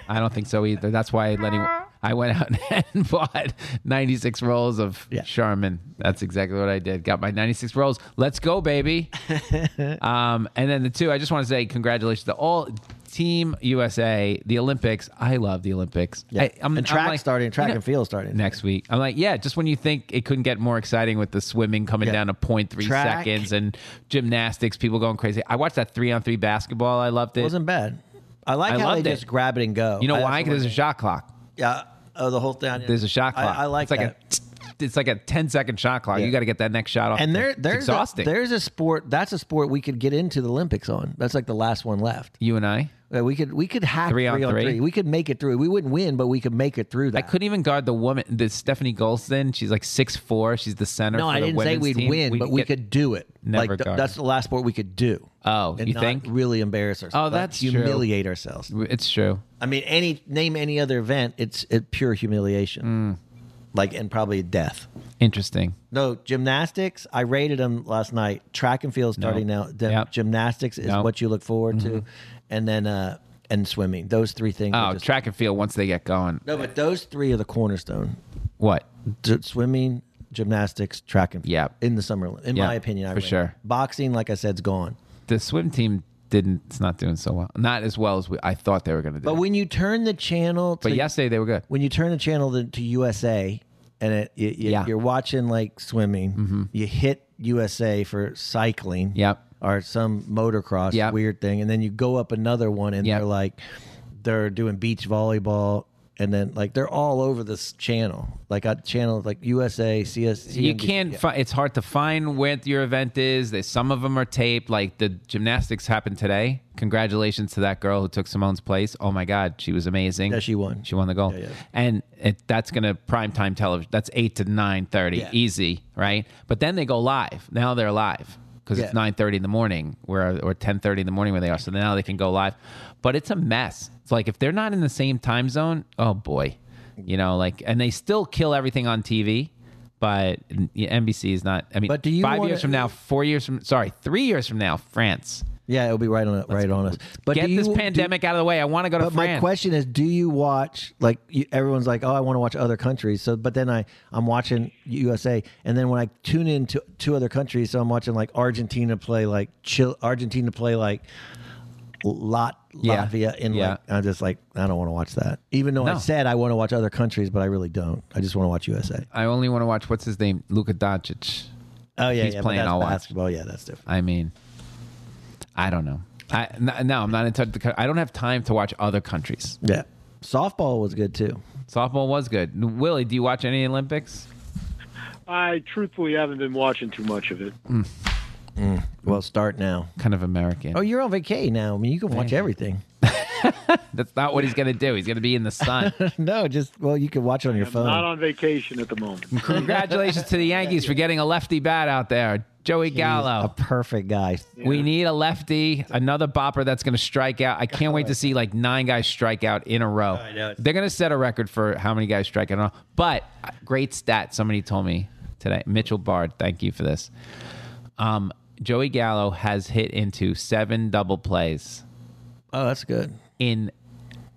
Speaker 7: I don't think so either. That's why Lenny. I went out [LAUGHS] and bought 96 rolls of
Speaker 10: Yeah.
Speaker 7: Charmin. That's exactly what I did. Got my 96 rolls. Let's go, baby.
Speaker 10: [LAUGHS]
Speaker 7: Um, and then the two, I just want to say congratulations to all Team USA, the Olympics. I love the Olympics.
Speaker 10: Yeah.
Speaker 7: I, I'm,
Speaker 10: and track
Speaker 7: I'm like-
Speaker 10: starting, track
Speaker 7: you know-
Speaker 10: and field starting
Speaker 7: next week. I'm like, yeah, just when you think it couldn't get more exciting with the swimming coming
Speaker 10: Yeah.
Speaker 7: down to 0.3
Speaker 10: Track.
Speaker 7: seconds and gymnastics, people going crazy. I watched that three on three basketball. I loved it.
Speaker 10: wasn't bad. I like
Speaker 7: I
Speaker 10: how they
Speaker 7: loved it.
Speaker 10: just grab it and go.
Speaker 7: you know
Speaker 10: I
Speaker 7: why?
Speaker 10: also
Speaker 7: 'Cause there's a
Speaker 10: like-
Speaker 7: shot clock.
Speaker 10: yeah. Oh, the whole thing.
Speaker 7: There's a shot
Speaker 10: I-
Speaker 7: clock.
Speaker 10: I, like
Speaker 7: it's like
Speaker 10: that.
Speaker 7: a it's like a 10 second shot clock.
Speaker 10: Yeah.
Speaker 7: You got to get that next shot off.
Speaker 10: and there,
Speaker 7: It's
Speaker 10: there's
Speaker 7: exhausting.
Speaker 10: A, there's a sport. That's a sport we could get into the Olympics on. That's like the last one left.
Speaker 7: you and I.
Speaker 10: Uh, We could we could hack
Speaker 7: Three
Speaker 10: three
Speaker 7: on
Speaker 10: on three.
Speaker 7: three.
Speaker 10: We could make it through. We wouldn't win, but we could make it through that.
Speaker 7: I couldn't even guard the woman. The Stephanie Golston. She's like six four. She's the center.
Speaker 10: No,
Speaker 7: for
Speaker 10: I
Speaker 7: the
Speaker 10: didn't say
Speaker 7: women's
Speaker 10: we'd
Speaker 7: team.
Speaker 10: win, but we
Speaker 7: get-
Speaker 10: could do it.
Speaker 7: Never
Speaker 10: like, th-
Speaker 7: guard.
Speaker 10: that's the last sport we could do.
Speaker 7: Oh,
Speaker 10: and
Speaker 7: you
Speaker 10: not
Speaker 7: think?
Speaker 10: Really embarrass ourselves.
Speaker 7: Oh,
Speaker 10: Like,
Speaker 7: that's true.
Speaker 10: humiliate ourselves.
Speaker 7: It's true.
Speaker 10: I mean, any name any other event, it's it pure humiliation.
Speaker 7: Mm.
Speaker 10: Like and probably death.
Speaker 7: Interesting.
Speaker 10: No gymnastics. I rated them last night. Track and field starting
Speaker 7: No.
Speaker 10: now. The
Speaker 7: Yep.
Speaker 10: Gymnastics is
Speaker 7: No. Mm-hmm.
Speaker 10: what you look forward to, and then uh and swimming. Those three things. are
Speaker 7: Oh,
Speaker 10: just-
Speaker 7: track and field. Once they get going,
Speaker 10: No, but those three are the cornerstone:
Speaker 7: what?
Speaker 10: D- swimming, gymnastics, track, and field.
Speaker 7: Yep.
Speaker 10: in the summer. In
Speaker 7: Yeah,
Speaker 10: my opinion, I
Speaker 7: for
Speaker 10: rate it.
Speaker 7: sure.
Speaker 10: Boxing, like I said, is gone.
Speaker 7: the swim team didn't. It's not doing so well. Not as well as we, I thought they were going to do.
Speaker 10: But when you turn the channel, to,
Speaker 7: But yesterday they were good.
Speaker 10: when you turn the channel to, to USA, and it, you, you,
Speaker 7: Yeah. Mm-hmm.
Speaker 10: you're watching like swimming, you hit USA for cycling,
Speaker 7: Yep.
Speaker 10: or some motocross
Speaker 7: Yep.
Speaker 10: weird thing, and then you go up another one, and
Speaker 7: Yep.
Speaker 10: they're like they're doing beach volleyball and then like they're all over this channel. Like I channel like USA, CS.
Speaker 7: You can't.
Speaker 10: Yeah.
Speaker 7: Fi- it's hard to find where your event is. There's, some of them are taped. Like the gymnastics happened today. Congratulations to that girl who took Simone's place. Oh my God, she was amazing.
Speaker 10: Yeah, she won.
Speaker 7: She won the gold.
Speaker 10: Yeah, yeah.
Speaker 7: And it, that's gonna prime time television. That's eight to nine thirty,
Speaker 10: Yeah.
Speaker 7: easy, right? But then they go live. Now they're live because
Speaker 10: Yeah.
Speaker 7: it's nine thirty in the morning, where or ten thirty in the morning where they are. So now they can go live. But it's a mess. It's like if they're not in the same time zone, oh boy, you know, like and they still kill everything on TV. But NBC is not. I mean,
Speaker 10: But do you
Speaker 7: 5
Speaker 10: wanna-
Speaker 7: years from now, four years from, sorry, three years from now, France.
Speaker 10: Yeah, it'll be right on right on us. But
Speaker 7: Get
Speaker 10: do
Speaker 7: this
Speaker 10: you- do-
Speaker 7: pandemic out of the way. I want to go to
Speaker 10: But
Speaker 7: France.
Speaker 10: my question is, do you watch like you, everyone's like, oh, I want to watch other countries. So, but then I I'm watching USA, and then when I tune in to two other countries, so I'm watching like Argentina play like Chile, Argentina play like Lot
Speaker 7: Yeah.
Speaker 10: Latvia, and
Speaker 7: Yeah.
Speaker 10: like I'm just like I don't want to watch that. Even though I
Speaker 7: No.
Speaker 10: said I want to watch other countries, but I really don't. I just want to watch USA.
Speaker 7: I only want to watch what's his name, Luka Doncic.
Speaker 10: Oh yeah,
Speaker 7: He's
Speaker 10: yeah, but
Speaker 7: playing,
Speaker 10: that's
Speaker 7: I'll watch.
Speaker 10: basketball. Yeah, that's different.
Speaker 7: I mean, I don't know. I n- no, I'm not in touch. With the, co- I don't have time to watch other countries.
Speaker 10: Yeah, softball was good too.
Speaker 7: Softball was good. Willie, do you watch any Olympics?
Speaker 9: I truthfully haven't been watching too much of it.
Speaker 10: Well, start now.
Speaker 7: Kind of American.
Speaker 10: Oh, you're on vacay now. I mean, you can watch everything. [LAUGHS]
Speaker 7: That's not what he's gonna do. He's gonna be in
Speaker 10: [LAUGHS]
Speaker 7: the sun.
Speaker 10: No, just well, you can watch it on your
Speaker 9: I'm
Speaker 10: phone.
Speaker 9: not on vacation at the moment.
Speaker 7: Congratulations to the Yankees for getting a lefty bat out there, Joey
Speaker 10: He's
Speaker 7: Gallo.
Speaker 10: a perfect guy.
Speaker 7: We need a lefty, another bopper that's going to strike out. I can't wait to see like nine guys strike out in a row.
Speaker 10: I know.
Speaker 7: They're going to set a record for how many guys strike out. in a row. But uh, great stat somebody told me today. Mitchell Bard, thank you for this. Um, Joey Gallo has hit into seven double plays
Speaker 10: Oh, that's good.
Speaker 7: in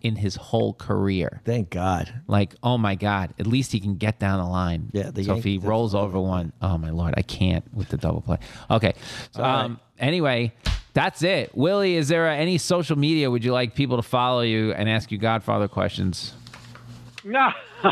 Speaker 7: in his whole career.
Speaker 10: Thank God.
Speaker 7: Like, oh my God, at least he can get down the line.
Speaker 10: Yeah, the
Speaker 7: so if he
Speaker 10: Yankees-
Speaker 7: rolls over one, oh my Lord, I can't with the double play. Okay. So, um, anyway, that's it. Willie, is there any social media would you like people to follow you and ask you Godfather questions?
Speaker 9: Nah. [LAUGHS]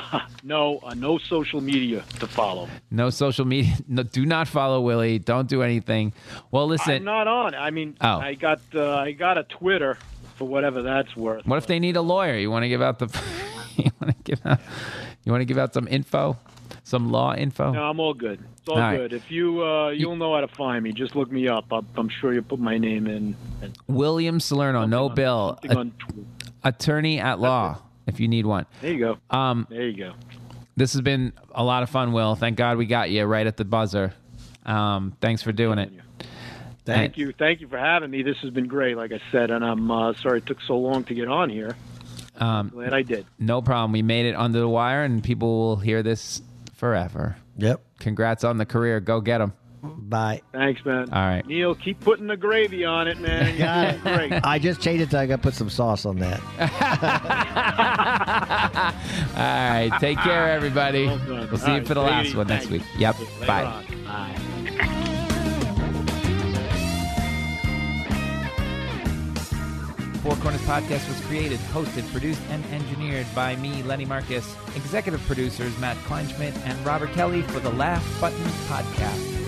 Speaker 9: no, uh, no social media to follow.
Speaker 7: No social media. [LAUGHS] No, do not follow Willie. Don't do anything. Well,
Speaker 9: I'm
Speaker 7: listen,
Speaker 9: not on. I mean,
Speaker 7: Oh.
Speaker 9: I got uh, I got a Twitter for whatever that's worth.
Speaker 7: what if they need a lawyer? You want to give out the. [LAUGHS] you want to give out. You want to give out some info, some law info.
Speaker 9: No, I'm all good. It's all,
Speaker 7: All right.
Speaker 9: good. If you uh, you'll know how to find me. Just look me up. I'm, I'm sure you put my name in. And
Speaker 7: William Salerno, no
Speaker 9: on-
Speaker 7: bill,
Speaker 9: something
Speaker 7: a-
Speaker 9: on Twitter.
Speaker 7: attorney at law. If you need one.
Speaker 9: There you go.
Speaker 7: Um,
Speaker 9: there you go.
Speaker 7: this has been a lot of fun, Will. Thank God we got you right at the buzzer. Um, thanks for doing it.
Speaker 9: Thank you. Thank you for having me. This has been great, like I said, and I'm uh, sorry it took so long to get on here.
Speaker 7: Um,
Speaker 9: Glad I did.
Speaker 7: no problem. We made it under the wire, and people will hear this forever.
Speaker 10: Yep.
Speaker 7: Congrats on the career. Go get them.
Speaker 10: Bye.
Speaker 9: Thanks, man.
Speaker 7: All right.
Speaker 9: Neil, keep putting the gravy on
Speaker 7: [LAUGHS]
Speaker 9: it, man. You're doing great.
Speaker 10: I just changed it. To, I got to put some sauce on that.
Speaker 7: All right.
Speaker 9: [LAUGHS]
Speaker 7: Take care, everybody.
Speaker 9: Well done.
Speaker 7: We'll see
Speaker 9: All
Speaker 7: you
Speaker 9: right,
Speaker 7: for the
Speaker 9: take it
Speaker 7: last
Speaker 9: easy.
Speaker 7: one next week.
Speaker 9: Thanks.
Speaker 7: Yep.
Speaker 9: Later
Speaker 7: Bye.
Speaker 9: on. Bye.
Speaker 7: Four Corners Podcast was created, hosted, produced, and engineered by me, Lenny Marcus. Executive producers Matt Kleinschmidt and Robert Kelly for the Laugh Button Podcast.